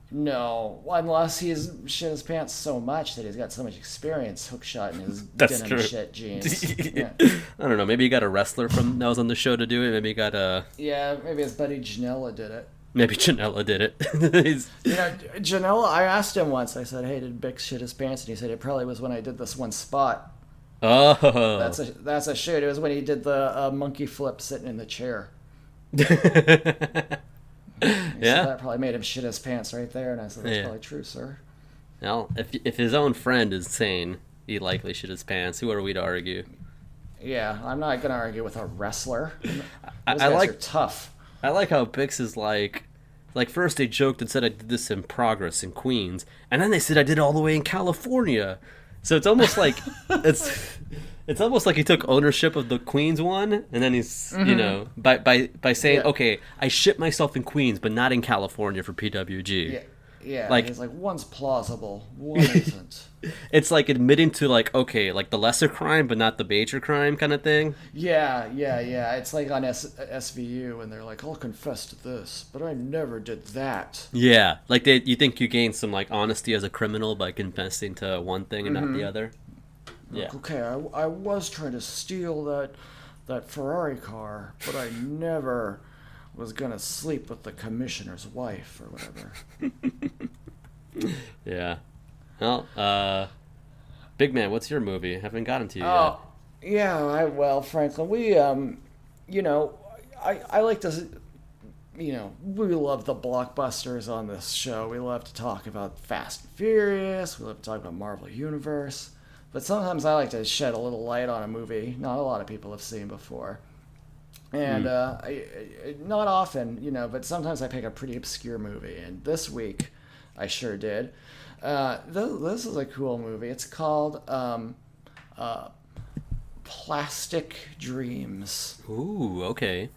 Speaker 5: No, unless he's shit his pants so much that he's got so much experience hookshot in his
Speaker 3: That's
Speaker 5: denim
Speaker 3: true.
Speaker 5: shit jeans. yeah.
Speaker 3: I don't know. Maybe he got a wrestler from that was on the show to do it. Maybe he got a
Speaker 5: yeah, maybe his buddy Janela did it.
Speaker 3: maybe Janela did it. He's-
Speaker 5: You know, Janela, I asked him once, I said, hey, did Bix shit his pants? And he said, it probably was when I did this one spot.
Speaker 3: oh,
Speaker 5: That's a, that's a shoot. It was when he did the uh, monkey flip sitting in the chair.
Speaker 3: yeah.
Speaker 5: That probably made him shit his pants right there. And I said, that's
Speaker 3: Yeah.
Speaker 5: probably true, sir.
Speaker 3: Well, if if his own friend is sane, he likely shit his pants. Who are we to argue?
Speaker 5: Yeah, I'm not gonna argue with a wrestler. Those
Speaker 3: I, I
Speaker 5: guys are
Speaker 3: like
Speaker 5: tough.
Speaker 3: I like how Bix is like, like first they joked and said I did this in Progress in Queens, and then they said I did it all the way in California. So it's almost like it's it's almost like he took ownership of the Queens one, and then he's you know by by by saying
Speaker 5: Yeah.
Speaker 3: okay I shit myself in Queens, but not in California for PWG.
Speaker 5: Yeah, Yeah,
Speaker 3: Like-
Speaker 5: he's like one's plausible, one isn't.
Speaker 3: It's like admitting to like okay, like the lesser crime but not the major crime kind of thing.
Speaker 5: yeah, yeah, yeah. It's like on S- SVU, and they're like, "I'll confess to this, but I never did that."
Speaker 3: Yeah, like they, you think you gain some like honesty as a criminal by confessing to one thing and not the other. Yeah,
Speaker 5: Okay, I, I was trying to steal that that Ferrari car, but I never was gonna sleep with the commissioner's wife or whatever.
Speaker 3: yeah. Well, uh, big man, what's your movie? haven't gotten to you
Speaker 5: Oh, yeah. I well, Franklin, we um, you know, I I like to, s- you know, we love the blockbusters on this show. We love to talk about Fast and Furious. We love to talk about Marvel Universe. But sometimes I like to shed a little light on a movie not a lot of people have seen before. And uh, I, I, not often, you know, but sometimes I pick a pretty obscure movie. And this week, I sure did. Uh, th- this is a cool movie. It's called um, Plastic Dreams.
Speaker 3: yet. Ooh, okay.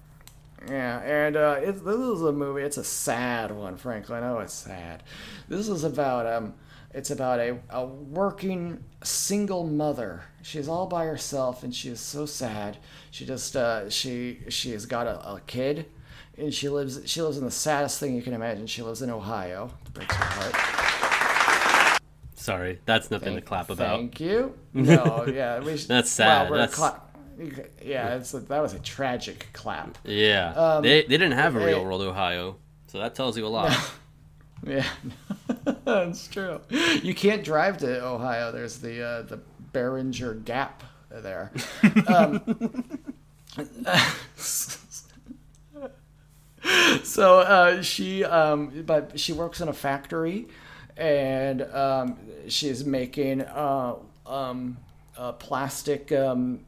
Speaker 5: Yeah, and uh, it's this is a movie. It's a sad one, Franklin. Oh, it's sad. This is about um, it's about a a working single mother. She's all by herself, and she is so sad. She just uh, she she has got a, a kid, and she lives she lives in the saddest thing you can imagine. She lives in Ohio. Breaks her heart.
Speaker 3: Sorry, that's nothing to clap about.
Speaker 5: Thank you. No, yeah, we should,
Speaker 3: That's sad.
Speaker 5: Wow, we're
Speaker 3: That's-
Speaker 5: cla- yeah, it's a, that was a tragic clap.
Speaker 3: Yeah,
Speaker 5: Um,
Speaker 3: they they didn't have a real
Speaker 5: hey-
Speaker 3: world Ohio, so that tells you a lot.
Speaker 5: Yeah, that's true. You can't drive to Ohio. There's the uh, the Beringer Gap there. Um, so uh, she, um, but she works in a factory, and um, she's making uh, um, uh, plastic um,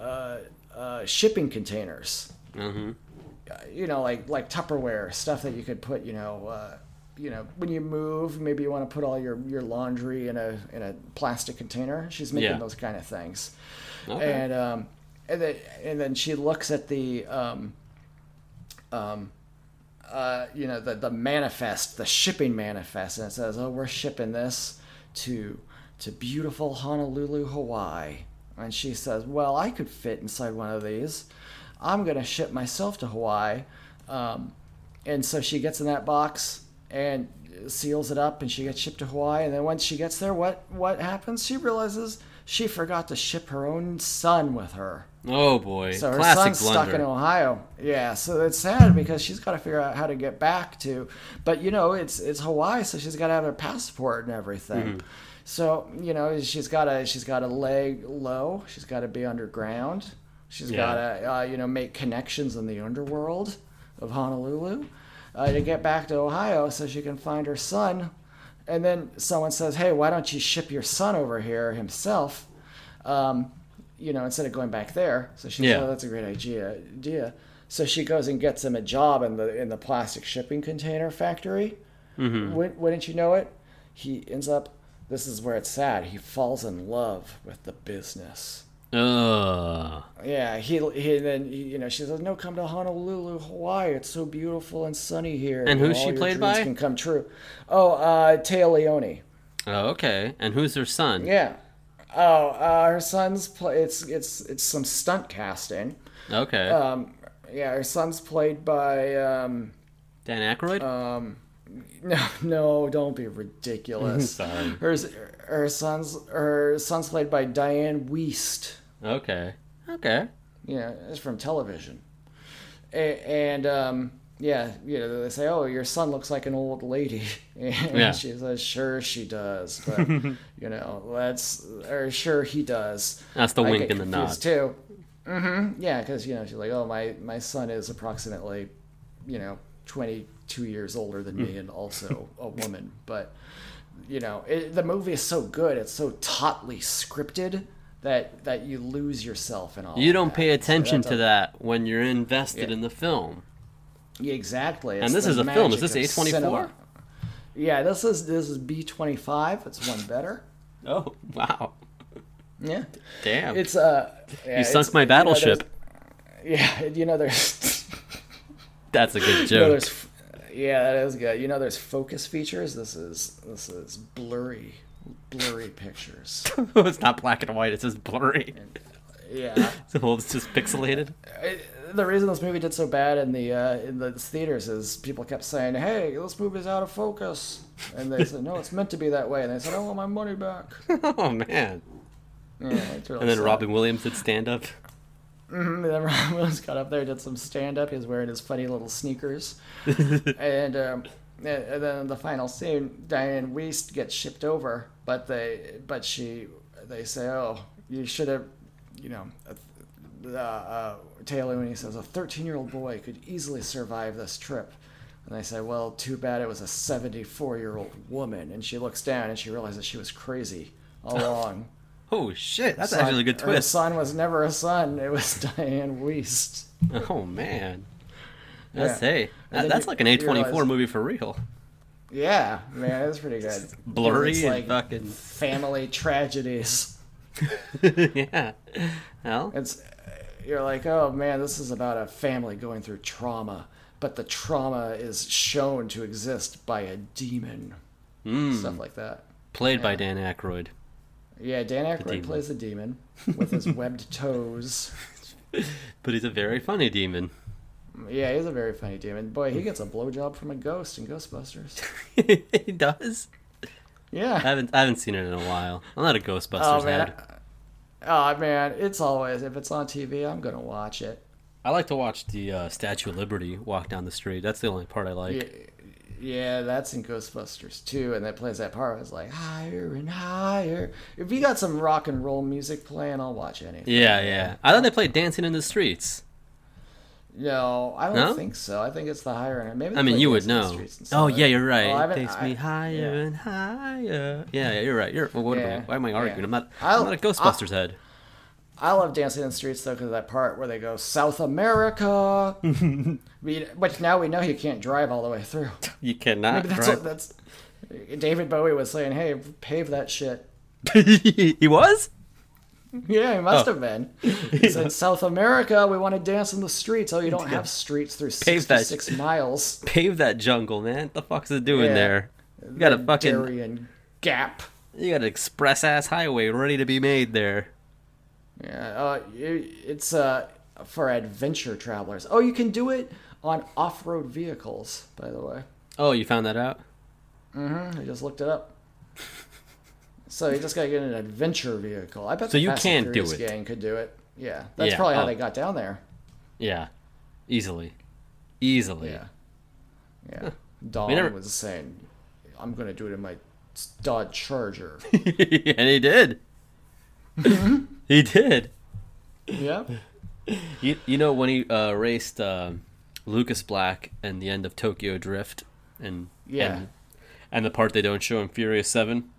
Speaker 5: uh, uh, shipping containers
Speaker 3: Mm-hmm.
Speaker 5: Uh, you know, like like Tupperware stuff that you could put, you know, uh, you know, when you move, maybe you want to put all your your laundry in a in a plastic container. She's making
Speaker 3: Yeah.
Speaker 5: those kind of things,
Speaker 3: Okay.
Speaker 5: and um, and then and then she looks at the um, um, uh, you know, the the manifest, the shipping manifest, and it says, oh, we're shipping this to to beautiful Honolulu, Hawaii. And she says, well, I could fit inside one of these. I'm gonna ship myself to Hawaii. Um, and so she gets in that box and seals it up, and she gets shipped to Hawaii. And then once she gets there, what what happens? She realizes she forgot to ship her own son with her.
Speaker 3: Oh boy,
Speaker 5: So her
Speaker 3: classic
Speaker 5: son's
Speaker 3: blunder.
Speaker 5: stuck in Ohio. Yeah, so it's sad because she's got to figure out how to get back to. But you know, it's it's Hawaii, so she's got to have her passport and everything.
Speaker 3: Mm-hmm.
Speaker 5: So you know, she's got to she's got to lay low. She's got to be underground. She's
Speaker 3: Yeah.
Speaker 5: got to uh, you know make connections in the underworld of Honolulu uh, to get back to Ohio, so she can find her son. And then someone says, "Hey, why don't you ship your son over here himself?" Um, you know, instead of going back there. So she
Speaker 3: Yeah.
Speaker 5: said, "Oh, that's a great idea." Idea. So she goes and gets him a job in the in the plastic shipping container factory.
Speaker 3: Mm-hmm.
Speaker 5: Wouldn't, wouldn't you know it? He ends up. This is where it's sad. He falls in love with the business.
Speaker 3: Ugh.
Speaker 5: Yeah, he, he then he- you know she says, "No, come to Honolulu, Hawaii. It's so beautiful and sunny here."
Speaker 3: And who's
Speaker 5: all
Speaker 3: she
Speaker 5: your
Speaker 3: played
Speaker 5: dreams
Speaker 3: by?
Speaker 5: Can come true. Oh, uh, Taya Leone.
Speaker 3: Oh, okay. And who's her son?
Speaker 5: Yeah. Oh, uh, her son's play. It's it's it's some stunt casting.
Speaker 3: Okay.
Speaker 5: Uh, Yeah, her son's played by. Um,
Speaker 3: Dan Aykroyd.
Speaker 5: uh, no, no, don't be ridiculous.
Speaker 3: Sorry.
Speaker 5: Her her son's her son's played by Diane Weist.
Speaker 3: Okay. Okay.
Speaker 5: Yeah, it's from television. A- and um, yeah, you know they say, "Oh, your son looks like an old lady," and
Speaker 3: Yeah.
Speaker 5: she says, "Sure, she does," but you know that's or sure he does.
Speaker 3: That's the
Speaker 5: I
Speaker 3: wink
Speaker 5: get
Speaker 3: and the nod.
Speaker 5: confused, too. Mm-hmm. Yeah, because you know she's like, "Oh, my my son is approximately, you know, twenty two years older than
Speaker 3: Mm.
Speaker 5: me, and also a woman." But you know, it, the movie is so good; it's so tautly scripted that that you lose yourself in all.
Speaker 3: You
Speaker 5: of
Speaker 3: don't
Speaker 5: that.
Speaker 3: pay
Speaker 5: So
Speaker 3: attention
Speaker 5: that's
Speaker 3: to
Speaker 5: a-
Speaker 3: that when you're invested
Speaker 5: Yeah.
Speaker 3: in the film.
Speaker 5: Yeah, exactly.
Speaker 3: And this
Speaker 5: the
Speaker 3: is a film. Is
Speaker 5: magic
Speaker 3: this
Speaker 5: of
Speaker 3: A24?
Speaker 5: cinema. Yeah, this is this is B twenty five. It's one better.
Speaker 3: Oh wow.
Speaker 5: Yeah,
Speaker 3: Damn.
Speaker 5: it's uh. yeah,
Speaker 3: Oh. you sunk
Speaker 5: it's-
Speaker 3: my
Speaker 5: know, there's-
Speaker 3: battleship.
Speaker 5: yeah, you know there's.
Speaker 3: That's a good
Speaker 5: you know,
Speaker 3: joke.
Speaker 5: there's Yeah, that is good. You know, there's focus features. This is this is blurry, blurry pictures.
Speaker 3: it's not black and white. It's just blurry.
Speaker 5: Yeah.
Speaker 3: Well, it's just pixelated.
Speaker 5: the reason this movie did so bad in the uh, in the theaters is people kept saying, "Hey, this movie's out of focus," and they said, "No, it's meant to be that way." And they said, "I want my money back."
Speaker 3: Oh man.
Speaker 5: Yeah, it's really
Speaker 3: And then
Speaker 5: sad.
Speaker 3: Robin Williams did stand up.
Speaker 5: And then Robin Williams got up there, did some stand up. He was wearing his funny little sneakers, and um, and- and then the final scene, Diane Weist gets shipped over, but they but she they say, "Oh, you should have," you know. Uh, uh, Taylor when he says a 13 year old boy could easily survive this trip. And they say, Well, too bad it was a 74 year old woman. And she looks down and she realizes she was crazy all along.
Speaker 3: Oh shit, that's
Speaker 5: son-
Speaker 3: actually a good
Speaker 5: Her
Speaker 3: twist.
Speaker 5: son was never a son. It was Diane Weist.
Speaker 3: Oh man. That's
Speaker 5: Yeah.
Speaker 3: hey. That,
Speaker 5: then
Speaker 3: that's
Speaker 5: you-
Speaker 3: like an
Speaker 5: you
Speaker 3: A twenty four
Speaker 5: realize-
Speaker 3: movie for real.
Speaker 5: Yeah, man, it was pretty good. It's
Speaker 3: Blurry
Speaker 5: like
Speaker 3: and fucking
Speaker 5: family tragedies.
Speaker 3: yeah. Well,
Speaker 5: It's you're like, oh man, this is about a family going through trauma, but the trauma is shown to exist by a demon.
Speaker 3: Hmm.
Speaker 5: Stuff like that.
Speaker 3: played by Dan Aykroyd.
Speaker 5: Yeah, Dan Aykroyd
Speaker 3: demon.
Speaker 5: plays the demon with his webbed toes.
Speaker 3: But he's a very funny demon.
Speaker 5: Yeah, he's a very funny demon. Boy, he gets a blowjob from a ghost in Ghostbusters.
Speaker 3: he does.
Speaker 5: Yeah.
Speaker 3: I haven't I haven't seen it in a while. I'm not a Ghostbusters
Speaker 5: Oh man,
Speaker 3: head.
Speaker 5: oh man, it's always if it's on TV, I'm gonna watch it.
Speaker 3: I like to watch the uh, Statue of Liberty walk down the street. That's the only part I like.
Speaker 5: Yeah, that's in Ghostbusters too, and that plays that part. It's like higher and higher. If you got some rock and roll music playing, I'll watch anything.
Speaker 3: Yeah, yeah. I thought they played Dancing in the Streets.
Speaker 5: No, I don't
Speaker 3: No?
Speaker 5: think so. I think it's the higher end. Maybe
Speaker 3: I
Speaker 5: they
Speaker 3: mean,
Speaker 5: play
Speaker 3: you would
Speaker 5: Dancing in the
Speaker 3: know.
Speaker 5: Streets and stuff
Speaker 3: Oh
Speaker 5: like
Speaker 3: yeah,
Speaker 5: that.
Speaker 3: you're right.
Speaker 5: Oh, I
Speaker 3: it
Speaker 5: haven't-
Speaker 3: takes
Speaker 5: I-
Speaker 3: me higher
Speaker 5: yeah.
Speaker 3: and higher. Yeah, yeah, you're right. You're. Well, what am I-
Speaker 5: Yeah,
Speaker 3: why am I arguing?
Speaker 5: yeah.
Speaker 3: I'm not. i
Speaker 5: I'll-
Speaker 3: am not a Ghostbusters head.
Speaker 5: I love Dancing in the Streets though because of that part where they go South America. We- but now we know you can't drive all the way through.
Speaker 3: You cannot.
Speaker 5: That's what, that's. David Bowie was saying, "Hey, pave that shit."
Speaker 3: he was.
Speaker 5: Yeah, he
Speaker 3: Oh.
Speaker 5: must have been. He said, South America, we want to dance in the streets. Oh, you don't have streets through
Speaker 3: Pave that
Speaker 5: 66 miles.
Speaker 3: Pave that jungle, man. What the fuck's it doing
Speaker 5: Yeah.
Speaker 3: there? You got a fucking.
Speaker 5: Darien Gap.
Speaker 3: You got an express ass highway ready to be made there.
Speaker 5: Yeah, uh, it- it's uh, for adventure travelers. Oh, you can do it on off road vehicles, by the way.
Speaker 3: Oh, you found that out?
Speaker 5: I just looked it up. So you just got to get an adventure vehicle. I bet
Speaker 3: So
Speaker 5: the
Speaker 3: you
Speaker 5: Fast and
Speaker 3: can do
Speaker 5: Furious
Speaker 3: it.
Speaker 5: gang could do it. Yeah, that's
Speaker 3: Yeah,
Speaker 5: probably how
Speaker 3: oh.
Speaker 5: they got down there.
Speaker 3: Yeah, easily, easily.
Speaker 5: Yeah. Yeah. Don
Speaker 3: never-
Speaker 5: was saying, I'm going to do it in my Dodge Charger.
Speaker 3: and he did. he did.
Speaker 5: yeah.
Speaker 3: You, you know when he uh, raced um Lucas Black in the end of Tokyo Drift and
Speaker 5: Yeah.
Speaker 3: and, and the part they don't show in Furious 7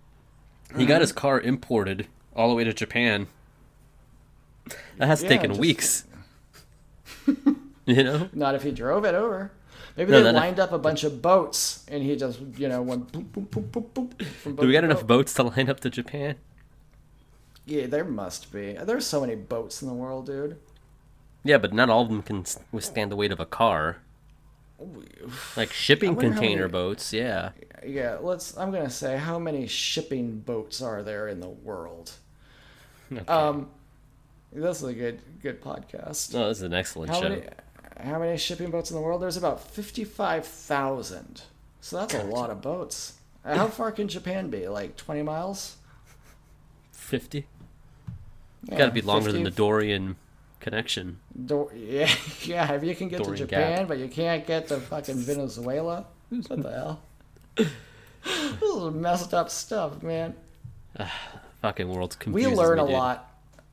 Speaker 3: he
Speaker 5: Mm-hmm.
Speaker 3: got his car imported all the way to Japan. That has
Speaker 5: Yeah,
Speaker 3: taken
Speaker 5: just-
Speaker 3: weeks. you know,
Speaker 5: Not if he drove it over. Maybe
Speaker 3: No,
Speaker 5: they
Speaker 3: then I-
Speaker 5: lined up a bunch of boats and he just, you know, went boop, boop, boop, boop, boop. From boat
Speaker 3: do we
Speaker 5: to
Speaker 3: got enough
Speaker 5: boat.
Speaker 3: boats to line up to Japan?
Speaker 5: Yeah, there must be. There's so many boats in the world, dude.
Speaker 3: Yeah, but not all of them can s- withstand the weight of a car. Like shipping
Speaker 5: wonder how many-
Speaker 3: container boats, yeah.
Speaker 5: Yeah, let's. I'm going to say, how many shipping boats are there in the world? Um, this is a good good podcast.
Speaker 3: No, Oh, this is an excellent
Speaker 5: How
Speaker 3: show.
Speaker 5: many, how many shipping boats in the world? There's about 55,000. So that's a lot of boats. Uh, How far can Japan be? Like 20 miles?
Speaker 3: Fifty. Got to be longer than the
Speaker 5: 50.
Speaker 3: Dorian connection.
Speaker 5: Do- yeah, yeah, if you can get
Speaker 3: Dorian
Speaker 5: to
Speaker 3: Gap.
Speaker 5: Japan, but you can't get to fucking Venezuela. What the hell? this is messed up stuff, man.
Speaker 3: Fucking world's
Speaker 5: We
Speaker 3: confusing.
Speaker 5: learn a lot.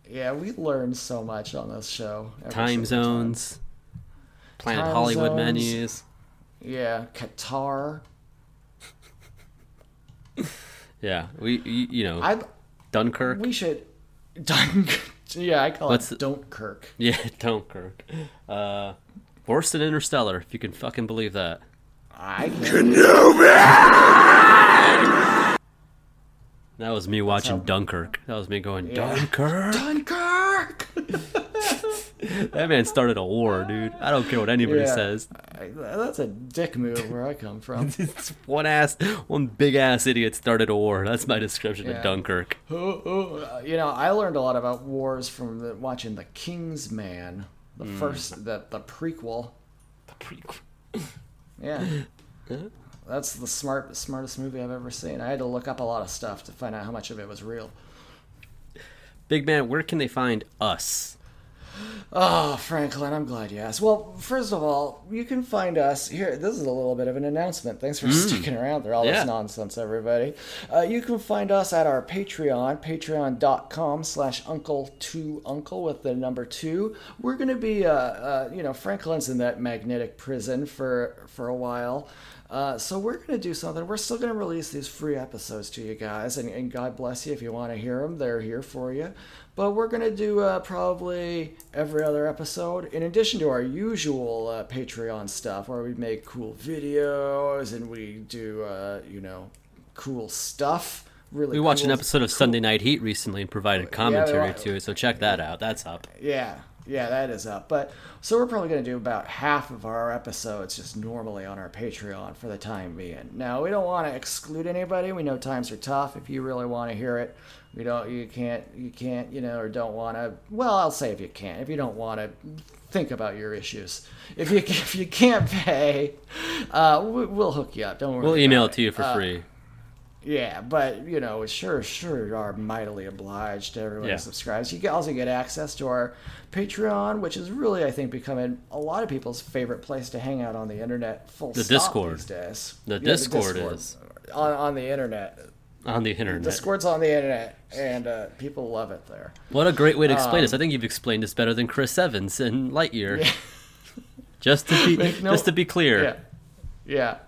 Speaker 5: Yeah, we learn so much on this show. every
Speaker 3: Time
Speaker 5: single time.
Speaker 3: zones. Planet
Speaker 5: Time
Speaker 3: Hollywood
Speaker 5: zones.
Speaker 3: menus.
Speaker 5: Yeah, Qatar.
Speaker 3: Yeah, we you, you know
Speaker 5: I
Speaker 3: Dunkirk.
Speaker 5: we should Dunk. Yeah, I call
Speaker 3: What's the-
Speaker 5: it Dunkirk.
Speaker 3: Yeah, Dunkirk. Uh, worse than Interstellar, if you can fucking believe that.
Speaker 5: I can't
Speaker 3: That was me watching Dunkirk. That was me going Dunkirk.
Speaker 5: Dunkirk.
Speaker 3: That man started a war, dude. I don't care what anybody
Speaker 5: Yeah.
Speaker 3: says.
Speaker 5: That's a dick move where I come from.
Speaker 3: It's one ass, one big ass idiot started a war. That's my description
Speaker 5: Yeah.
Speaker 3: of Dunkirk.
Speaker 5: Ooh, ooh. Uh, You know, I learned a lot about wars from the, watching The King's Man, the first, the, the prequel. Yeah. That's the smart smartest movie I've ever seen. I had to look up a lot of stuff to find out how much of it was real.
Speaker 3: Big man, where can they find us?
Speaker 5: Oh, Franklin, I'm glad you asked. Well, first of all, you can find us here. This is a little bit of an announcement. Thanks for sticking around through all
Speaker 3: Yeah.
Speaker 5: this nonsense, everybody. Uh, you can find us at our Patreon, patreon.com slash uncle2uncle with the number two. We're going to be, uh, uh, you know, Franklin's in that magnetic prison for, for a while. Uh, so we're going to do something. We're still going to release these free episodes to you guys, and, and God bless you if you want to hear them. They're here for you. But we're going to do uh, probably every other episode, in addition to our usual uh, Patreon stuff, where we make cool videos and we do, uh, you know, cool stuff. Really,
Speaker 3: We watched
Speaker 5: cool
Speaker 3: an episode of Sunday Night Heat recently and provided commentary to it, so check that out. That's up.
Speaker 5: Yeah, yeah, that is up. But so we're probably going to do about half of our episodes just normally on our Patreon for the time being. Now we don't want to exclude anybody. We know times are tough. If you really want to hear it, we don't. You can't. You can't. You know, or don't want to. Well, I'll say if you can. If you don't want to, think about your issues. If you if you can't pay, uh, we, we'll hook you up. Don't worry.
Speaker 3: We'll
Speaker 5: about
Speaker 3: email
Speaker 5: it. Uh,
Speaker 3: it to you for free.
Speaker 5: Yeah, but you know, sure, sure, you are mightily obliged to everyone
Speaker 3: Yeah.
Speaker 5: who subscribes. You can also get access to our Patreon, which is really, I think, becoming a lot of people's favorite place to hang out on the internet. Full
Speaker 3: The
Speaker 5: stop
Speaker 3: Discord.
Speaker 5: these days.
Speaker 3: The
Speaker 5: Yeah,
Speaker 3: Discord is.
Speaker 5: on on the internet.
Speaker 3: On the internet.
Speaker 5: Discord's on the internet, and uh, people love it there.
Speaker 3: What a great way to explain
Speaker 5: Um,
Speaker 3: this. I think you've explained this better than Chris Evans in Lightyear. Just to be
Speaker 5: Make no-
Speaker 3: just to be clear.
Speaker 5: Yeah. Yeah,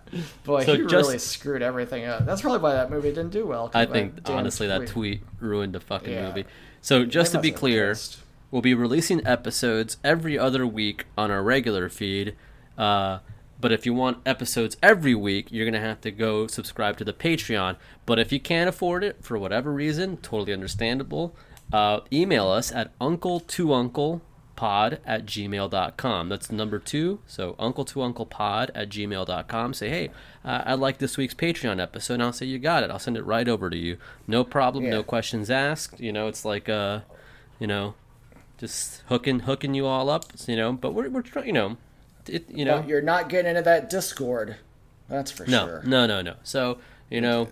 Speaker 5: boy,
Speaker 3: So
Speaker 5: he
Speaker 3: just-
Speaker 5: really screwed everything up. That's probably why that movie didn't do well. 'cause
Speaker 3: I
Speaker 5: that
Speaker 3: think
Speaker 5: damn
Speaker 3: honestly that tweet ruined the fucking
Speaker 5: Yeah.
Speaker 3: movie. So just
Speaker 5: They
Speaker 3: to be
Speaker 5: must have
Speaker 3: clear,
Speaker 5: pissed.
Speaker 3: we'll be releasing episodes every other week on our regular feed. Uh, but if you want episodes every week, you're gonna have to go subscribe to the Patreon. But if you can't afford it for whatever reason, totally understandable. Uh, email us at uncle to uncle pod at gmail.com that's number two so uncle to uncle pod at gmail.com say hey uh, i like this week's patreon episode and i'll say you got it i'll send it right over to you no problem no
Speaker 5: Yeah.
Speaker 3: questions asked you know it's like uh you know just hooking hooking you all up you know but we're, we're trying you know it you know
Speaker 5: But you're not getting into that Discord. That's for
Speaker 3: no,
Speaker 5: sure.
Speaker 3: no, no, no. So you know,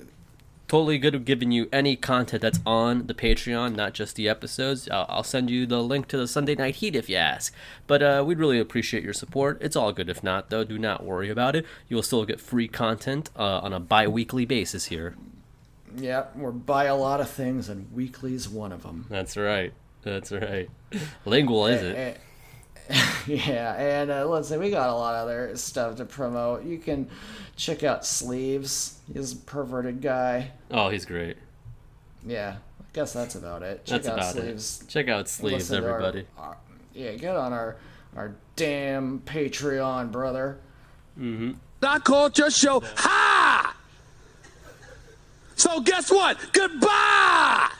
Speaker 3: totally good at giving you any content that's on the Patreon, not just the episodes. I'll, I'll send you the link to the Sunday Night Heat if you ask. But uh, we'd really appreciate your support. It's all good if not, though. Do not worry about it. You will still get free content uh, on a bi-weekly basis here.
Speaker 5: Yep, we're by a lot of things, and weekly's one of them.
Speaker 3: That's right. That's right. Lingual, is it?
Speaker 5: Eh, Yeah, and uh, let's say we got a lot of other stuff to promote. You can check out Sleeves. He's a perverted guy.
Speaker 3: Oh, he's great.
Speaker 5: Yeah, I guess that's about it. Check
Speaker 3: That's
Speaker 5: out
Speaker 3: about
Speaker 5: Sleeves.
Speaker 3: it. Check out sleeves,
Speaker 5: Listen to our-
Speaker 3: everybody.
Speaker 5: our- yeah, get on our our damn Patreon, brother.
Speaker 9: I called your show. Ha! So guess what? Goodbye!